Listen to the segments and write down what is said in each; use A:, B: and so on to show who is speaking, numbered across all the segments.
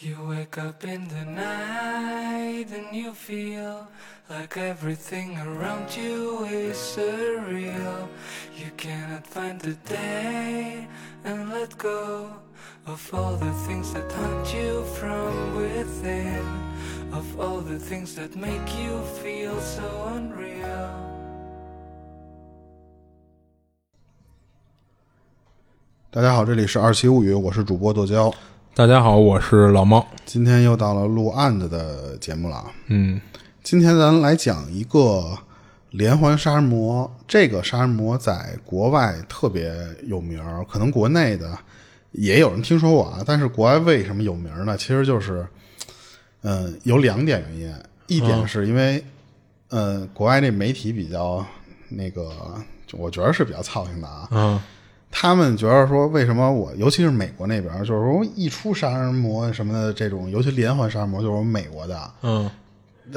A: You wake up in the night and you feel like everything around you is surreal. You cannot find the day and let go of all the things that haunt you from within, of all the things that make you feel so unreal.
B: 大家好，这里是二七物语，我是主播剁椒。
C: 大家好，我是老猫。
B: 今天又到了录案子的节目了啊！
C: 嗯，
B: 今天咱来讲一个连环杀人魔。这个杀人魔在国外特别有名儿，可能国内的也有人听说过啊。但是国外为什么有名儿呢？其实就是，嗯、有两点原因。啊一点是因为，呃，国外这媒体比较那个，就我觉得是比较操心的啊。
C: 啊，
B: 他们觉得说，为什么我，尤其是美国那边，就是说一出杀人魔什么的这种，尤其连环杀人魔，就是我们美国的，
C: 嗯，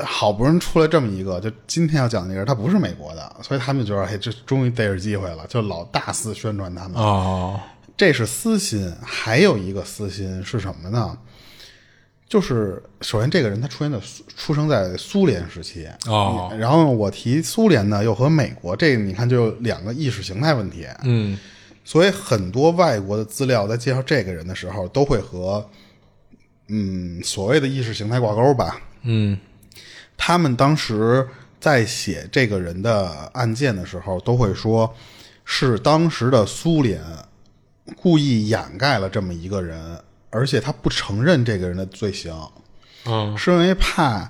B: 好不容易出来这么一个，就今天要讲的这个，他不是美国的，所以他们就觉得，嘿，这终于逮着机会了，就老大肆宣传他们。
C: 哦，
B: 这是私心，还有一个私心是什么呢？就是首先，这个人他出现在苏出生在苏联时期
C: 哦
B: 然后我提苏联呢，又和美国，这个你看就有两个意识形态问题，
C: 嗯，
B: 所以很多外国的资料在介绍这个人的时候，都会和嗯所谓的意识形态挂钩吧。
C: 嗯，
B: 他们当时在写这个人的案件的时候，都会说是当时的苏联故意掩盖了这么一个人，而且他不承认这个人的罪行，
C: 嗯，
B: 是因为怕。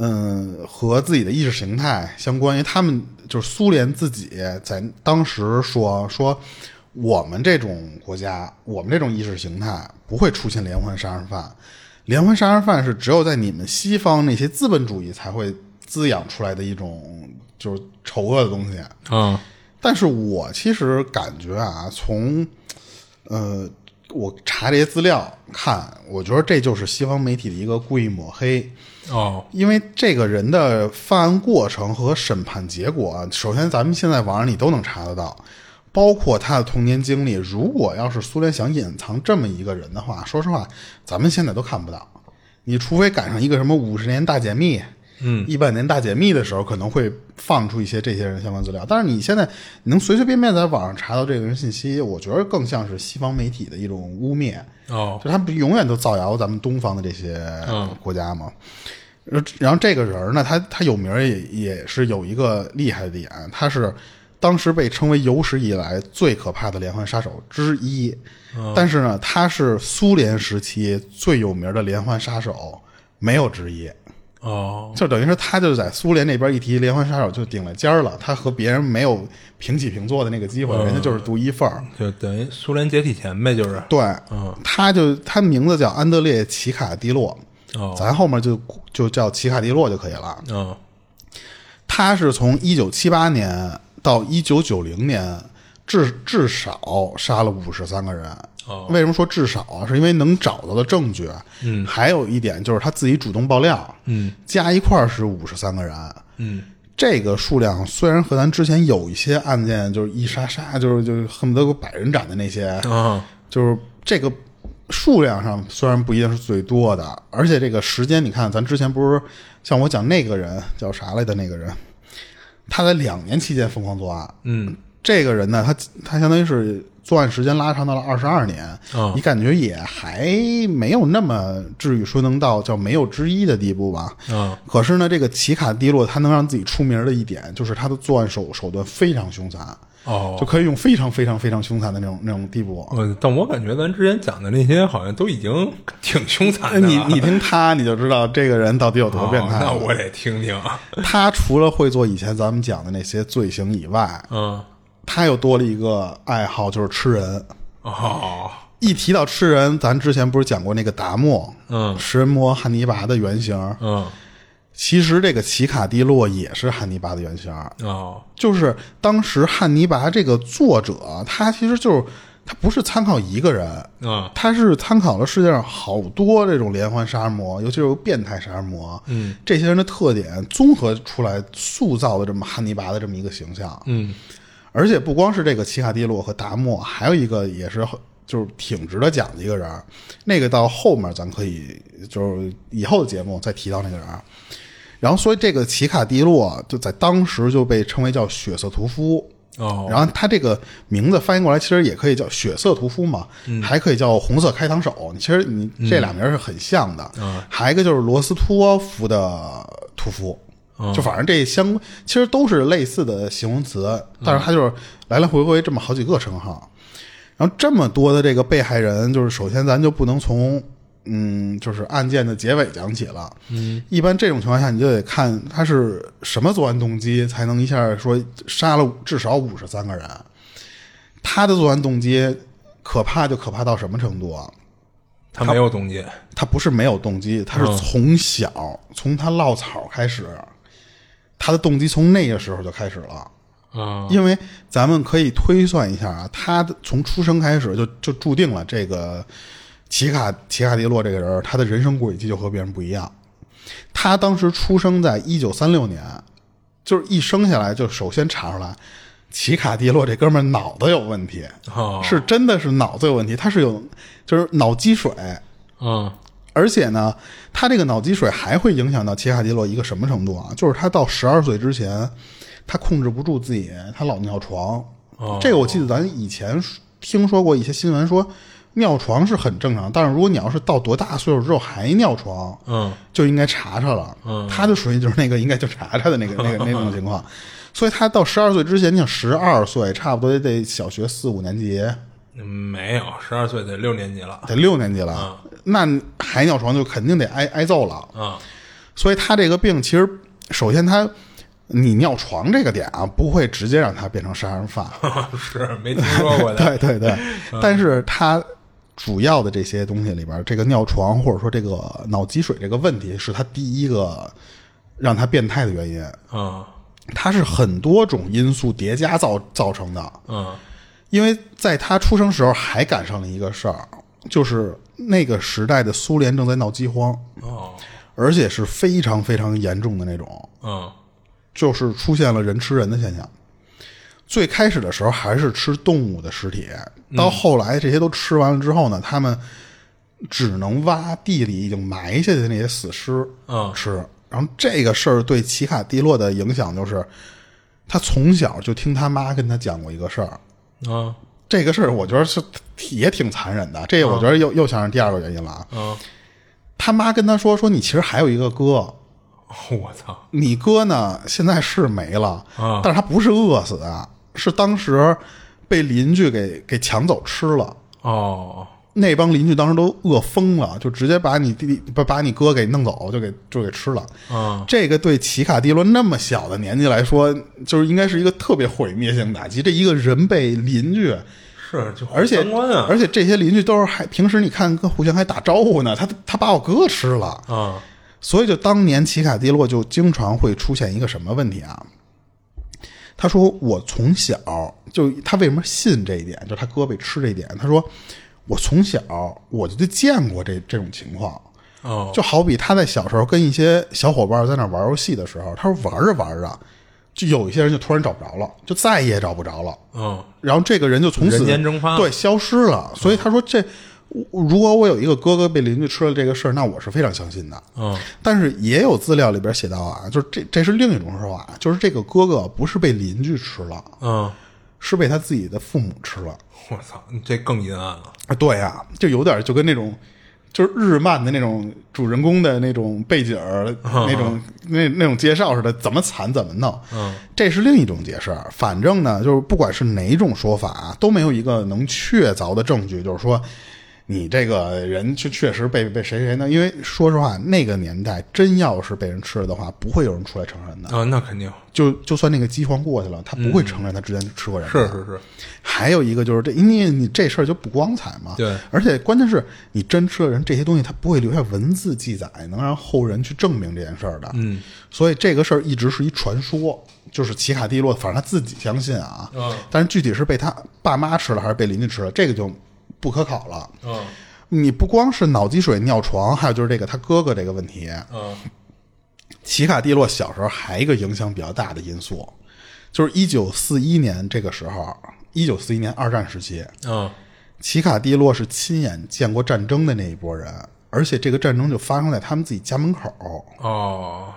B: 嗯，和自己的意识形态相关，因为他们就是苏联自己在当时说说，我们这种国家，我们这种意识形态不会出现连环杀人犯，连环杀人犯是只有在你们西方那些资本主义才会滋养出来的一种就是丑恶的东西。
C: 啊，
B: 但是我其实感觉啊，从呃我查这些资料看，我觉得这就是西方媒体的一个故意抹黑。
C: 哦，
B: 因为这个人的犯案过程和审判结果啊，首先咱们现在网上你都能查得到，包括他的童年经历。如果要是苏联想隐藏这么一个人的话，说实话，咱们现在都看不到。你除非赶上一个什么五十年大解密，嗯，一百年大解密的时候，可能会放出一些这些人相关资料。但是你现在你能随随便便在网上查到这个人信息，我觉得更像是西方媒体的一种污蔑。
C: 哦，
B: 就他们不永远都造谣咱们东方的这些国家嘛。然后然后这个人儿呢，他他有名儿也也是有一个厉害的点，他是当时被称为有史以来最可怕的连环杀手之一。但是呢，他是苏联时期最有名的连环杀手，没有之一。
C: 哦，
B: 就等于说，他就在苏联那边一提连环杀手就顶了尖儿了，他和别人没有平起平坐的那个机会，人家就是独一份儿。
C: 就等于苏联解体前呗，就是，
B: 对，
C: 嗯
B: 他就他名字叫安德烈·奇卡蒂洛，
C: 哦
B: 咱后面就就叫奇卡蒂洛就可以了。
C: 嗯，
B: 他是从一九七八年到一九九零年，至至少杀了五十三个人。
C: 哦
B: 为什么说至少啊？是因为能找到的证据。嗯，还有一点就是他自己主动爆料。
C: 嗯，
B: 加一块儿是五十三个人。
C: 嗯，
B: 这个数量虽然和咱之前有一些案件就是一杀杀，就是就是恨不得百人斩的那些，
C: 啊，
B: 就是这个数量上虽然不一定是最多的，而且这个时间，你看，咱之前不是像我讲那个人叫啥来的那个人，他在两年期间疯狂作案，
C: 嗯，
B: 这个人呢，他他相当于是作案时间拉长到了二十二年，
C: 哦
B: 你感觉也还没有那么至于说能到叫没有之一的地步吧？
C: 啊，
B: 可是呢，这个奇卡蒂洛他能让自己出名的一点，就是他的作案手手段非常凶残，就
C: 哦，
B: 可以用非常非常非常凶残的那种那种地步。
C: 我但我感觉咱之前讲的那些好像都已经挺凶残的了，
B: 你 哎你听他，你就知道这个人到底有多
C: 哦
B: 变态了。啊
C: 那我得听听，
B: 他除了会做以前咱们讲的那些罪行以外，
C: 嗯，
B: 他又多了一个爱好，就是吃人。
C: 哦，
B: 一提到吃人，咱之前不是讲过那个达莫，
C: 嗯，
B: 食人魔汉尼拔的原型。
C: 嗯，
B: 其实这个奇卡蒂洛也是汉尼拔的原型，
C: 哦，
B: 就是当时汉尼拔这个作者，他其实就是他不是参考一个人，
C: 嗯，
B: 他是参考了世界上好多这种连环杀人魔，尤其是变态杀人魔，嗯，这些人的特点综合出来塑造的这么汉尼拔的这么一个形象，
C: 嗯，
B: 而且不光是这个奇卡蒂洛和达莫，还有一个也是就是挺值得讲的一个人儿。那个到后面咱可以就是以后的节目再提到那个人儿。然后，所以这个奇卡蒂洛就在当时就被称为叫血色屠夫。
C: 哦，
B: 然后他这个名字翻译过来，其实也可以叫血色屠夫嘛，还可以叫红色开膛手。其实你这俩名儿是很像的。还有一个就是罗斯托夫的屠夫，就反正这相其实都是类似的形容词，但是他就是来来回回这么好几个称号。然后这么多的这个被害人，就是首先咱就不能从嗯，就是案件的结尾讲起了。嗯，一般这种情况下，你就得看他是什么作案动机，才能一下说杀了至少五十三个人。他的作案动机可怕就可怕到什么程度啊？
C: 他没有冻结，
B: 他不是没有动机，他是
C: 嗯
B: 从小、从他落草开始，他的动机从那个时候就开始了。
C: 啊，
B: 因为咱们可以推算一下啊，他的从出生开始就就注定了这个奇卡奇卡迪洛这个人儿，他的人生轨迹就和别人不一样。他当时出生在一九三六年，就是一生下来就首先查出来，奇卡迪洛这哥们儿脑子有问题，
C: 哦，
B: 是真的是脑子有问题，他是有就是脑积水，
C: 嗯，
B: 而且呢，他这个脑积水还会影响到切卡迪洛一个什么程度啊？就是他到十二岁之前，他控制不住自己，他老尿床。
C: 哦
B: 这个我记得咱以前听说过一些新闻说，尿床是很正常，但是如果你要是到多大岁数之后还尿床，
C: 嗯，
B: 就应该查查了。他就属于就是那个应该就查查的那个那个 那种情况，所以他到十二岁之前，你想十二岁差不多也得小学四五年级，
C: 嗯没有，十二岁得六年级了，
B: 得六年级了，那还尿床就肯定得挨挨揍了。
C: 啊，
B: 所以他这个病其实，首先他你尿床这个点啊，不会直接让他变成杀人犯，
C: 是没听说过
B: 对
C: 的，
B: 对对， 但是他主要的这些东西里边，这个尿床或者说这个脑积水这个问题，是他第一个让他变态的原因，
C: 嗯
B: 它是很多种因素叠加造造成的，
C: 嗯
B: 因为在他出生时候还赶上了一个事儿，就是那个时代的苏联正在闹饥荒，
C: 哦
B: 而且是非常非常严重的那种。
C: 嗯
B: 就是出现了人吃人的现象。最开始的时候还是吃动物的尸体，到后来这些都吃完了之后呢，他们只能挖地里已经埋下去的那些死尸
C: 嗯
B: 吃。然后这个事儿对奇卡蒂洛的影响就是，他从小就听他妈跟他讲过一个事儿，
C: 嗯
B: 这个事儿我觉得是也挺残忍的。这我觉得又、又想是第二个原因了啊。
C: 嗯，
B: 他妈跟他说说你其实还有一个哥，
C: 我操，
B: 你哥呢，现在是没了，
C: 啊
B: 但是他不是饿死的，是当时被邻居给给抢走吃了。
C: 哦
B: 那帮邻居当时都饿疯了，就直接把你弟弟不把你哥给弄走，就给就给吃了。
C: 嗯
B: 这个对奇卡蒂洛那么小的年纪来说，就是应该是一个特别毁灭性打击。这一个人被邻居，
C: 是就
B: 而且
C: 三观啊，
B: 而且这些邻居都是还平时你看跟互相还打招呼呢，他他把我哥吃了。
C: 啊
B: 所以就当年奇卡蒂洛就经常会出现一个什么问题啊？他说我从小就他为什么信这一点，就他哥被吃这一点，他说我从小我就见过这这种情况。
C: 哦
B: 就好比他在小时候跟一些小伙伴在那玩游戏的时候，他说玩着玩着，就有一些人就突然找不着了，就再也找不着了。
C: 嗯
B: 然后这个人就从此
C: 人间蒸发
B: 对，消失了。所以他说这，我如果我有一个哥哥被邻居吃了这个事儿，那我是非常相信的。
C: 嗯
B: 但是也有资料里边写到啊，就是这这是另一种说法，就是这个哥哥不是被邻居吃了，
C: 嗯，
B: 是被他自己的父母吃了。
C: 我操，你这更阴暗了，
B: 啊，对啊，就有点就跟那种就是日漫的那种主人公的那种背景儿、那种那那种介绍似的，怎么惨怎么弄。
C: 嗯，
B: 这是另一种解释。反正呢，就是不管是哪种说法啊，都没有一个能确凿的证据，就是说。你这个人确确实被被谁谁呢？因为说实话，那个年代真要是被人吃了的话，不会有人出来承认的。
C: 啊，那肯定
B: 就就算那个饥荒过去了，他不会承认他之前吃过人的。
C: 是是是，
B: 还有一个就是这，因为你这事儿就不光彩嘛。
C: 对
B: 而且关键是你真吃了人这些东西，它不会留下文字记载，能让后人去证明这件事儿的。嗯，所以这个事儿一直是一传说，就是奇卡蒂洛，反正他自己相信啊。
C: 嗯
B: 但是具体是被他爸妈吃了还是被邻居吃了，这个就不可考了。
C: 嗯
B: 你不光是脑积水、尿床，还有就是这个他哥哥这个问题。
C: 嗯
B: 奇卡蒂洛小时候还有一个影响比较大的因素，就是一九四一年这个时候，一九四一年二战时期，
C: 嗯
B: 奇卡蒂洛是亲眼见过战争的那一波人，而且这个战争就发生在他们自己家门口。
C: 哦，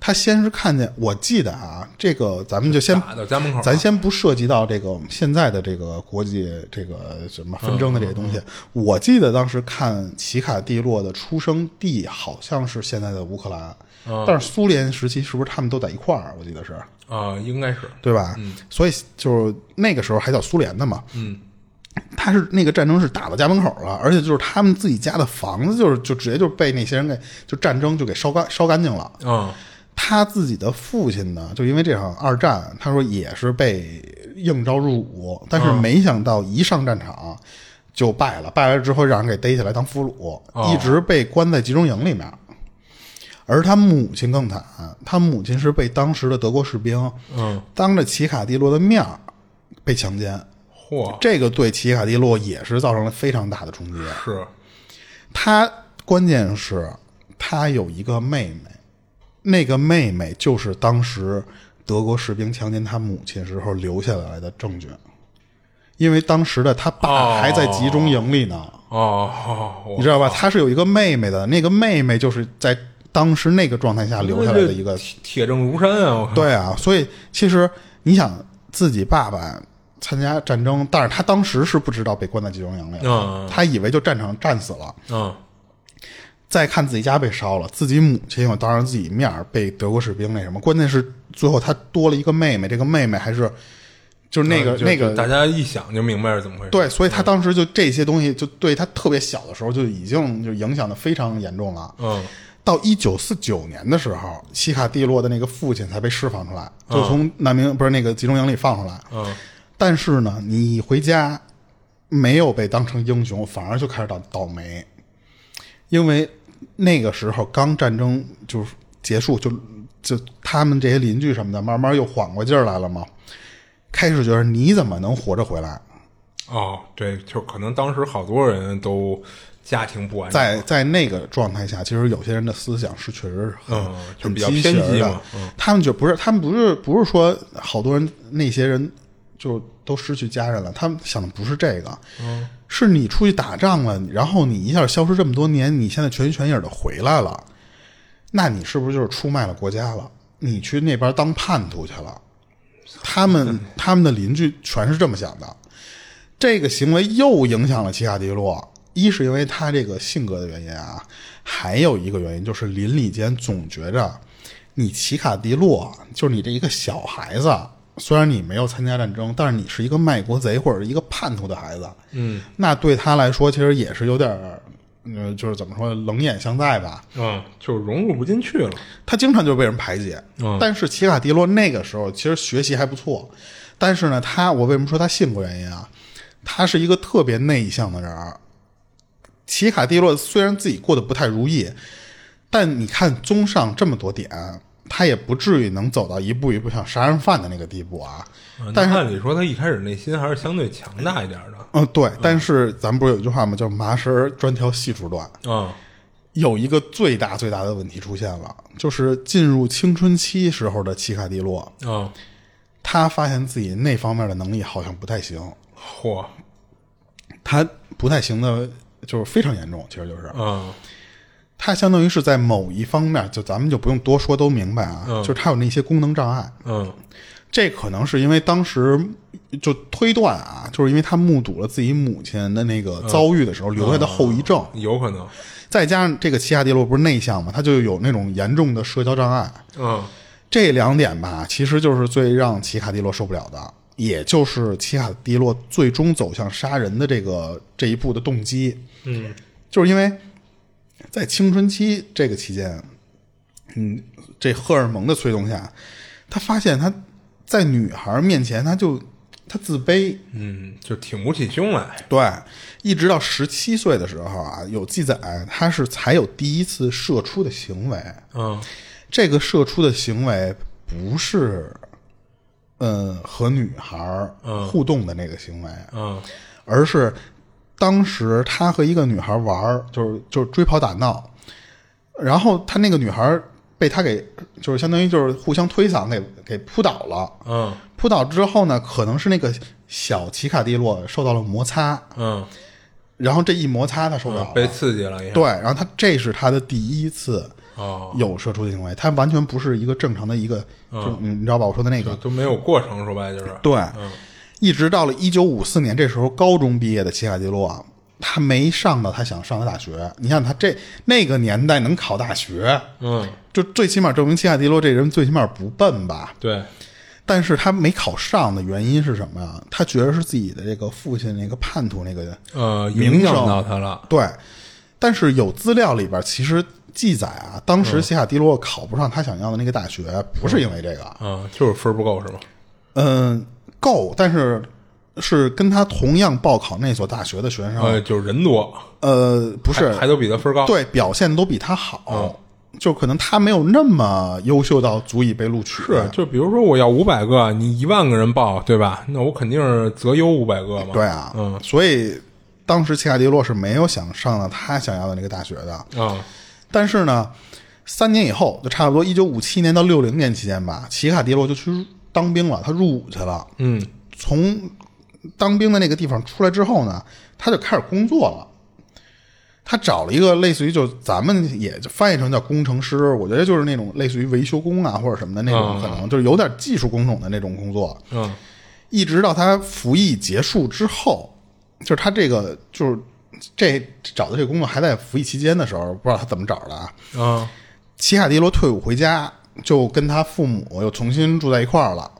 B: 他先是看见，我记得啊，这个咱们就先
C: 打到家门口了，
B: 咱先不涉及到这个我们现在的这个国际这个什么纷争的这些东西。我记得当时看奇卡蒂洛的出生地好像是现在的乌克兰，但是苏联时期是不是他们都在一块儿？我记得是，
C: 啊，应该是
B: 对吧？所以就是那个时候还叫苏联的嘛。嗯，他是那个战争是打到家门口了，而且就是他们自己家的房子，就是就直接就被那些人给就战争就给烧干烧干净了。
C: 啊，
B: 他自己的父亲呢，就因为这场二战，他说也是被应招入伍，但是没想到一上战场就败了，败了之后让人给逮起来当俘虏，
C: 哦
B: 一直被关在集中营里面。而他母亲更惨，他母亲是被当时的德国士兵
C: 嗯，
B: 当着奇卡蒂洛的面儿被强奸，
C: 嚯，
B: 这个对奇卡蒂洛也是造成了非常大的冲击。
C: 是
B: 他关键是，他有一个妹妹，那个妹妹就是当时德国士兵强奸他母亲时候留下来的证据，因为当时的他
C: 哦
B: 爸还在集中营里呢，
C: 哦，我
B: 你知道吧？他是有一个妹妹的，那个妹妹就是在当时那个状态下留下来的一个
C: 这铁铁证如山啊，我靠，
B: 对啊，所以其实你想自己爸爸参加战争，但是他当时是不知道被关在集中营里的，
C: 嗯
B: 他以为就战场战死了。
C: 嗯
B: 再看自己家被烧了，自己母亲我当着自己面儿被德国士兵那什么，关键是最后他多了一个妹妹，这个妹妹还是就是那个、
C: 嗯就
B: 那
C: 就大
B: 个
C: 家一想就明白是怎么回事，
B: 对，所以他当时就这些东西就对他特别小的时候就已经就影响的非常严重了。
C: 嗯，
B: 到一九四九年的时候，西卡蒂洛的那个父亲才被释放出来，就从难民、不是那个集中营里放出来。
C: 嗯
B: 但是呢，你回家没有被当成英雄，反而就开始倒倒霉，因为那个时候刚战争就是结束，就就他们这些邻居什么的，慢慢又缓过劲儿来了嘛，开始觉得你怎么能活着回来？
C: 哦，对，就可能当时好多人都家庭不完整，
B: 在在那个状态下，其实有些人的思想是确实是很、
C: 嗯就
B: 很
C: 比较
B: 畸
C: 偏
B: 形
C: 激
B: 的
C: 嘛嗯
B: 他们就不是，他们不是不是说好多人那些人就都失去家人了，他们想的不是这个，
C: 嗯
B: 是你出去打仗了，然后你一下消失这么多年，你现在全心全意的回来了，那你是不是就是出卖了国家了？你去那边当叛徒去了？他 们他们的邻居全是这么想的。这个行为又影响了奇卡迪洛，一是因为他这个性格的原因啊，还有一个原因就是邻里间总觉着你奇卡迪洛就是你这一个小孩子，虽然你没有参加战争，但是你是一个卖国贼或者一个叛徒的孩子，嗯，那对他来说其实也是有点儿，嗯，就是怎么说冷眼相待吧，
C: 嗯，就融入不进去了，
B: 他经常就被人排挤。但是奇卡迪洛那个时候其实学习还不错，但是呢，他我为什么说他性格原因啊？他是一个特别内向的人儿。奇卡蒂洛虽然自己过得不太如意，但你看综上这么多点，他也不至于能走到一步一步像杀人犯的那个地步啊。
C: 嗯
B: 但是
C: 那按理说他一开始内心还是相对强大一点的，
B: 嗯，对，但是咱们不是有一句话吗？叫麻绳儿专挑细处断。
C: 嗯
B: 有一个最大最大的问题出现了，就是进入青春期时候的奇卡蒂洛，
C: 嗯，
B: 他发现自己那方面的能力好像不太行，
C: 嚯，
B: 他不太行的就是非常严重，其实就是
C: 嗯
B: 他相当于是在某一方面，就咱们就不用多说都明白啊，就是他有那些功能障碍，
C: 嗯
B: 这可能是因为当时就推断啊，就是因为他目睹了自己母亲的那个遭遇的时候留下的后遗症，
C: 有可能，
B: 再加上这个奇亚蒂洛不是内向嘛，他就有那种严重的社交障碍，
C: 嗯
B: 这两点吧，其实就是最让奇卡蒂洛受不了的，也就是奇卡蒂洛最终走向杀人的这个这一步的动机。
C: 嗯，
B: 就是因为在青春期这个期间，嗯，这荷尔蒙的催动下，他发现他在女孩面前，他就他自卑，
C: 嗯，就挺不起胸来，
B: 对，一直到十七岁的时候啊，有记载他是才有第一次射出的行为。
C: 嗯
B: 这个射出的行为不是，呃，和女孩儿互动的那个行为，
C: 嗯
B: 而是当时他和一个女孩玩儿，就是就是追跑打闹，然后他那个女孩儿被他给就是相当于就是互相推搡给给扑倒了。
C: 嗯
B: 扑倒之后呢，可能是那个小奇卡蒂洛受到了摩擦，
C: 嗯，
B: 然后这一摩擦他受不了了、
C: 被刺激了一下。
B: 对，然后他这是他的第一次
C: 哦，
B: 有射出的行为，他完全不是一个正常的一个，就嗯你知道吧？我说的那
C: 就
B: 个，
C: 都没有过程，说白了就是。
B: 对，
C: 嗯
B: 一直到了一九五四年，这时候高中毕业的奇卡蒂洛啊，他没上到他想上的大学。你看他这那个年代能考大学，
C: 嗯，
B: 就最起码证明奇卡蒂洛这人最起码不笨吧？
C: 对，
B: 但是他没考上的原因是什么呀？他觉得是自己的这个父亲那个叛徒那个
C: 呃，
B: 名
C: 影响
B: 声
C: 到他了。
B: 对，但是有资料里边其实记载啊，当时西卡蒂洛考不上他想要的那个大学，不是因为这个，
C: 嗯，就是分儿不够是吗？
B: 嗯，够，但是是跟他同样报考那所大学的学生，
C: 呃，就是人多，
B: 呃，不是
C: 还还都比他分儿高。嗯
B: 对表现都比他好，就可能他没有那么优秀到足以被录取，呃
C: 是，就比如说我要五百个，你一万个人报，对吧？那我肯定是择优五百个嘛。
B: 对啊，
C: 嗯
B: 所以当时西卡蒂洛是没有想上到他想要的那个大学的，
C: 啊，
B: 但是呢，三年以后，就差不多一九五七年到六零年期间吧，奇卡迪洛就去当兵了，他入伍去了。
C: 嗯，
B: 从当兵的那个地方出来之后呢，他就开始工作了。他找了一个类似于就咱们也就翻译成叫工程师，我觉得就是那种类似于维修工啊或者什么的那种，
C: 嗯
B: 可能就是有点技术工种的那种工作。
C: 嗯，
B: 一直到他服役结束之后，就是他这个就是这找的这个工作还在服役期间的时候，不知道他怎么找的啊。
C: 啊，
B: 奇卡迪罗退伍回家，就跟他父母又重新住在一块儿了。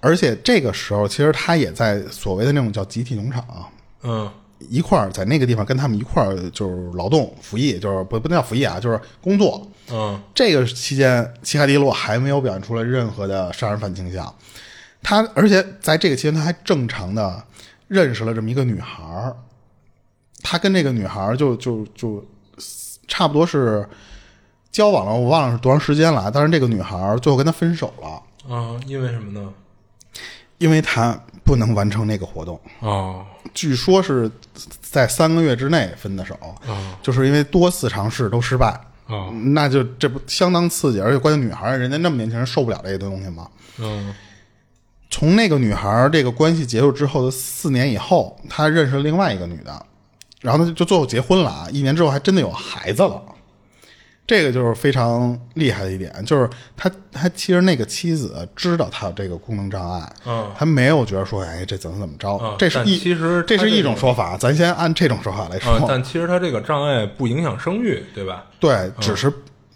B: 而且这个时候，其实他也在所谓的那种叫集体农场啊
C: 嗯，
B: 一块儿在那个地方跟他们一块儿就是劳动服役，就是不不能叫服役啊，就是工作。
C: 嗯，
B: 这个期间，奇卡迪洛还没有表现出来任何的杀人犯倾向。他而且在这个期间，他还正常的认识了这么一个女孩儿。他跟这个女孩儿就就就差不多是交往了，我忘了是多长时间了啊。但是这个女孩儿最后跟他分手了，
C: 啊，因为什么呢？
B: 因为他不能完成那个活动。
C: 哦，
B: 据说是在三个月之内分的手，就是因为多次尝试都失败。
C: 哦，
B: 那就这不相当刺激，而且关键女孩儿人家那么年轻人受不了这个东西嘛。
C: 嗯，
B: 从那个女孩儿这个关系结束之后的四年以后，他认识了另外一个女的，然后他就就最后结婚了啊！一年之后还真的有孩子了，这个就是非常厉害的一点，就是他他其实那个妻子知道他有这个功能障碍，
C: 嗯，
B: 他没有觉得说哎这怎么怎么着，
C: 嗯
B: 这是
C: 但
B: 一
C: 其实
B: 这
C: 他
B: 是一
C: 这
B: 种
C: 个
B: 说法，咱先按这种说法来说，
C: 啊，但其实他这个障碍不影响生育，对吧？
B: 对，只是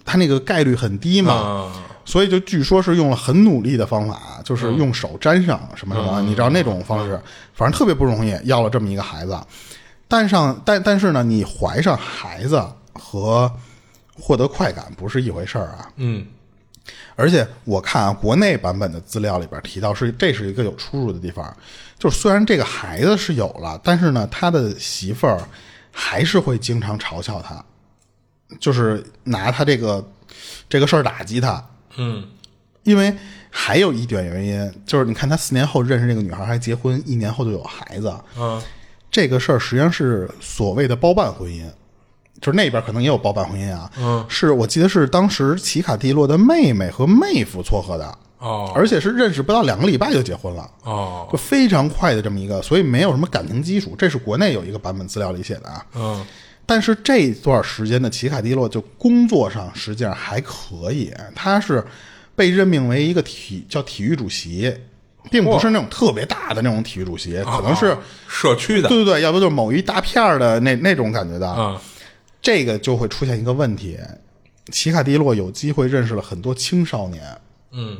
B: 他那个概率很低嘛，
C: 嗯啊，
B: 所以就据说是用了很努力的方法，就是用手粘上什么什么，你知道那种方式，反正特别不容易，要了这么一个孩子。但上但但是呢，你怀上孩子和获得快感不是一回事儿啊。
C: 嗯，
B: 而且我看啊，国内版本的资料里边提到是这是一个有出入的地方，就是虽然这个孩子是有了，但是呢，他的媳妇儿还是会经常嘲笑他，就是拿他这个这个事儿打击他。
C: 嗯，
B: 因为还有一点原因，就是你看他四年后认识这个女孩，还结婚，一年后就有孩子，
C: 啊，
B: 这个事儿实际上是所谓的包办婚姻，就是那边可能也有包办婚姻啊。
C: 嗯，
B: 是我记得是当时奇卡蒂洛的妹妹和妹夫撮合的，
C: 哦，
B: 而且是认识不到两个礼拜就结婚了。
C: 哦，
B: 就非常快的这么一个，所以没有什么感情基础，这是国内有一个版本资料里写的啊。
C: 嗯，
B: 但是这段时间的奇卡蒂洛就工作上实际上还可以，他是被任命为一个体叫体育主席，并不是那种特别大的那种体育主席，可能是
C: 哦社区的
B: 对，对对，要不就是某一大片儿的那那种感觉的。
C: 啊，
B: 这个就会出现一个问题，奇卡蒂洛有机会认识了很多青少年，
C: 嗯，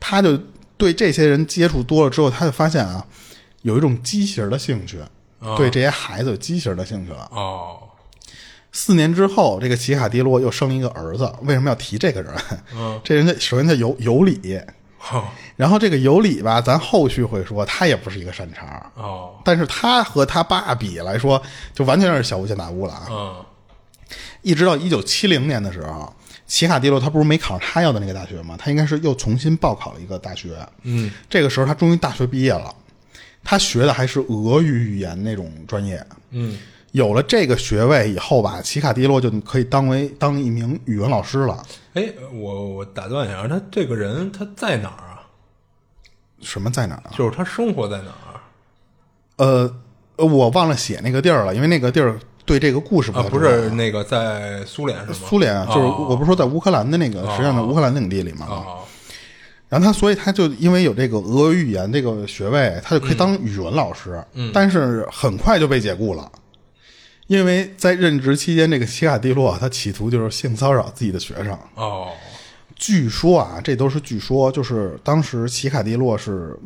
B: 他就对这些人接触多了之后，他就发现啊，有一种畸形的兴趣，对这些孩子有畸形的兴趣了。
C: 哦，
B: 四年之后，这个奇卡蒂洛又生了一个儿子。为什么要提这个人？ 这人家首先他有有理，
C: 哦，
B: 然后这个有理吧，咱后续会说，他也不是一个善茬。
C: 哦，
B: 但是他和他爸比来说，就完全是小巫见大巫了啊！
C: 嗯，
B: 一直到一九七零年的时候，奇卡蒂洛他不是没考上他要的那个大学吗？他应该是又重新报考了一个大学。
C: 嗯，
B: 这个时候他终于大学毕业了，他学的还是俄语语言那种专业。
C: 嗯，
B: 有了这个学位以后吧，奇卡蒂洛就可以当为当一名语文老师了。
C: 哎，我我打断一下，他这个人他在哪儿啊？
B: 什么在哪儿啊？
C: 就是他生活在哪儿啊
B: 呃，呃我忘了写那个地儿了，因为那个地儿对这个故事不
C: 啊？
B: 太
C: 不
B: 重要
C: 是那个在苏联是吗？
B: 苏联啊，就是
C: 哦
B: 我不是说在乌克兰的那个，实际上在乌克兰领地里嘛。
C: 啊，
B: 然后他，所以他就因为有这个俄语言这个学位，他就可以当语文老师。但是很快就被解雇了，因为在任职期间，这个奇卡蒂洛他企图就是性骚扰自己的学生。
C: 哦，
B: 据说啊，这都是据说，就是当时奇卡蒂洛是，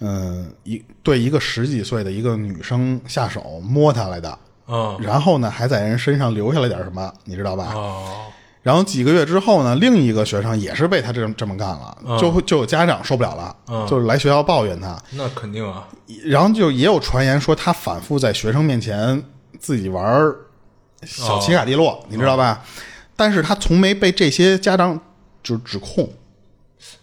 B: 嗯、一对一个十几岁的一个女生下手摸她来的，
C: 嗯，
B: 然后呢还在人身上留下了点什么，你知道吧？
C: 哦，
B: 然后几个月之后呢，另一个学生也是被他这么这么干了，
C: 嗯
B: 就会就有家长受不了了，就是来学校抱怨他。
C: 那肯定啊，
B: 然后就也有传言说他反复在学生面前自己玩儿小奇卡蒂
C: 哦
B: 洛，你知道吧？但是他从没被这些家长就指控。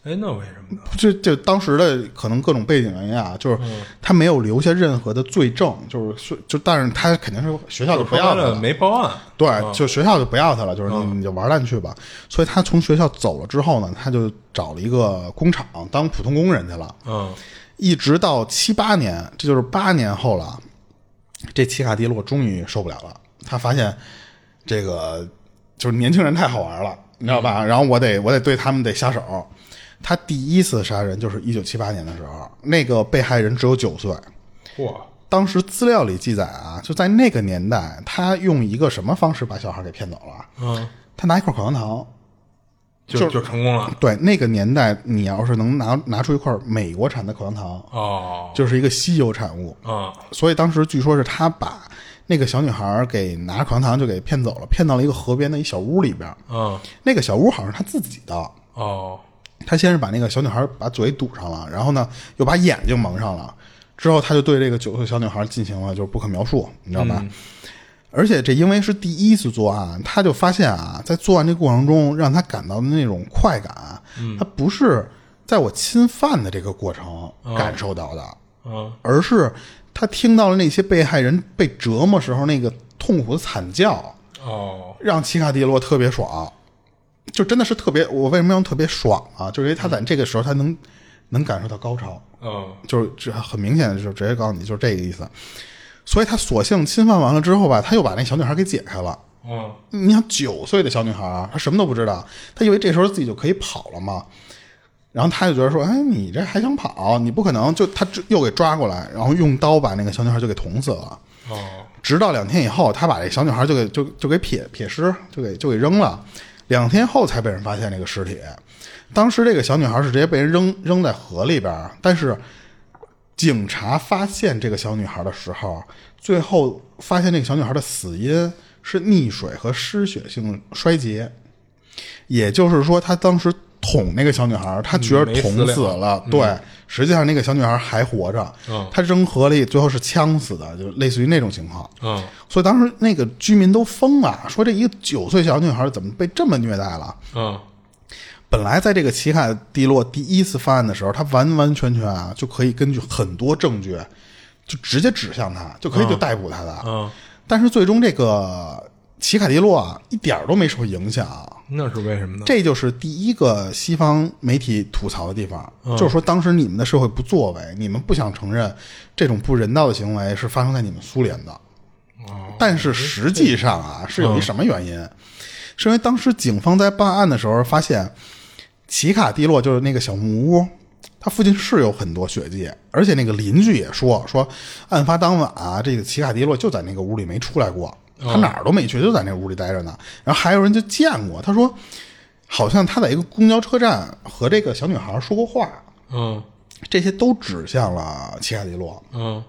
C: 哎，那为什么呢？
B: 就就当时的可能各种背景原因啊，就是
C: 嗯
B: 他没有留下任何的罪证，就是说就但是他肯定是学校就不
C: 说
B: 要
C: 白
B: 他
C: 了没报案，
B: 对，就学校就不要他了，就是你你就玩蛋去吧。所以他从学校走了之后呢，他就找了一个工厂当普通工人去了，
C: 嗯，
B: 一直到七八年，这就是八年后了。这奇卡蒂洛终于受不了了，他发现这个就是年轻人太好玩了，你知道吧？然后我得我得对他们得下手。他第一次杀人就是一九七八年的时候，那个被害人只有九岁，
C: 嚯，
B: 当时资料里记载啊，就在那个年代，他用一个什么方式把小孩给骗走了？
C: 嗯，
B: 他拿一块口香糖。
C: 就就成功了，
B: 对，那个年代，你要是能拿拿出一块美国产的口香糖，
C: 哦，
B: 就是一个稀有产物。
C: 啊，
B: 所以当时据说是他把那个小女孩给拿着口香糖就给骗走了，骗到了一个河边的一小屋里边。
C: 嗯，
B: 那个小屋好像是他自己的，
C: 哦，
B: 他先是把那个小女孩把嘴堵上了，然后呢又把眼睛蒙上了，之后他就对这个九岁小女孩进行了就是不可描述，你知道吧？而且这因为是第一次作案，他就发现啊，在作案这过程中让他感到的那种快感啊，他不是在我侵犯的这个过程感受到的，
C: 嗯，
B: 而是他听到了那些被害人被折磨时候那个痛苦的惨叫，
C: 哦，
B: 让奇卡蒂洛特别爽，就真的是特别。我为什么用特别爽啊？就是因为他在这个时候他能能感受到高潮，
C: 嗯，
B: 就是这很明显的就是直接告诉你就是这个意思。所以他索性侵犯完了之后吧，他又把那小女孩给解开了。
C: 嗯，
B: 你想九岁的小女孩儿，她什么都不知道，她以为这时候自己就可以跑了嘛。然后她就觉得说：“哎，你这还想跑？你不可能！”就她又给抓过来，然后用刀把那个小女孩就给捅死了。
C: 哦，
B: 直到两天以后，他把这小女孩就给就就给撇撇尸，就给就给扔了。两天后才被人发现这个尸体。当时这个小女孩是直接被人扔扔在河里边儿，但是警察发现这个小女孩的时候，最后发现这个小女孩的死因是溺水和失血性衰竭，也就是说，他当时捅那个小女孩，他觉得
C: 嗯没死
B: 捅
C: 了
B: 死了，对，实际上那个小女孩还活着，
C: 嗯
B: 她扔河里最后是呛死的，就类似于那种情况。
C: 嗯，
B: 所以当时那个居民都疯了，说这一个九岁小女孩怎么被这么虐待了？
C: 嗯，
B: 本来在这个奇卡蒂洛第一次犯案的时候，他完完全全啊就可以根据很多证据，就直接指向他，就可以就逮捕他的。
C: 嗯，
B: 但是最终这个奇卡蒂洛啊一点儿都没受影响，
C: 那是为什么呢？
B: 这就是第一个西方媒体吐槽的地方，
C: 嗯
B: 就是说当时你们的社会不作为，你们不想承认这种不人道的行为是发生在你们苏联的。
C: 哦
B: 但是实际上
C: 嗯
B: 啊，是有一什么原因？是因为当时警方在办案的时候发现，奇卡蒂洛就是那个小木屋，它附近是有很多血迹，而且那个邻居也说说，案发当晚啊，这个奇卡蒂洛就在那个屋里没出来过，
C: 哦
B: 他哪儿都没去，就在那屋里待着呢。然后还有人就见过，他说好像他在一个公交车站和这个小女孩说过话，
C: 嗯，
B: 这些都指向了奇卡蒂洛。
C: 嗯，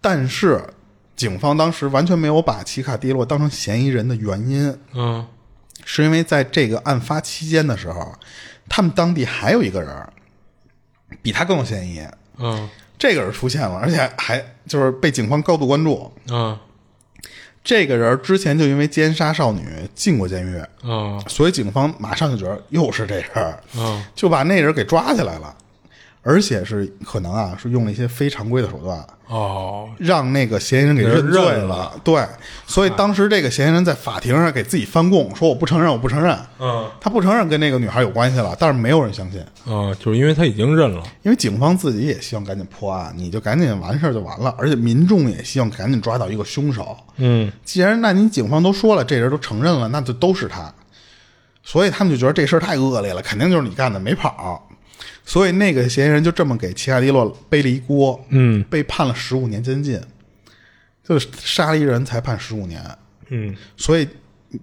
B: 但是警方当时完全没有把奇卡蒂洛当成嫌疑人的原因，
C: 嗯，
B: 是因为在这个案发期间的时候，他们当地还有一个人儿比他更有嫌疑，
C: 嗯，
B: 这个人出现了，而且还就是被警方高度关注。
C: 嗯，
B: 这个人之前就因为奸杀少女进过监狱，
C: 嗯，
B: 所以警方马上就觉得又是这人儿，
C: 嗯，
B: 就把那人给抓起来了，而且是可能啊是用了一些非常规的手段，
C: 哦，哦，
B: 让那个嫌疑人给认罪
C: 认了
B: 对，所以当时这个嫌疑人在法庭上给自己翻供，说我不承认，我不承认。
C: 嗯
B: 他不承认跟那个女孩有关系了，但是没有人相信，
C: 嗯，就是因为他已经认了，
B: 因为警方自己也希望赶紧破案，你就赶紧完事儿就完了，而且民众也希望赶紧抓到一个凶手。
C: 嗯
B: 既然那你警方都说了，这人都承认了，那就都是他，所以他们就觉得这事儿太恶劣了，肯定就是你干的，没跑。所以那个嫌疑人就这么给齐亚迪洛背了一锅，
C: 嗯
B: 被判了十五年监禁，就是杀了一人才判十五年，
C: 嗯，
B: 所以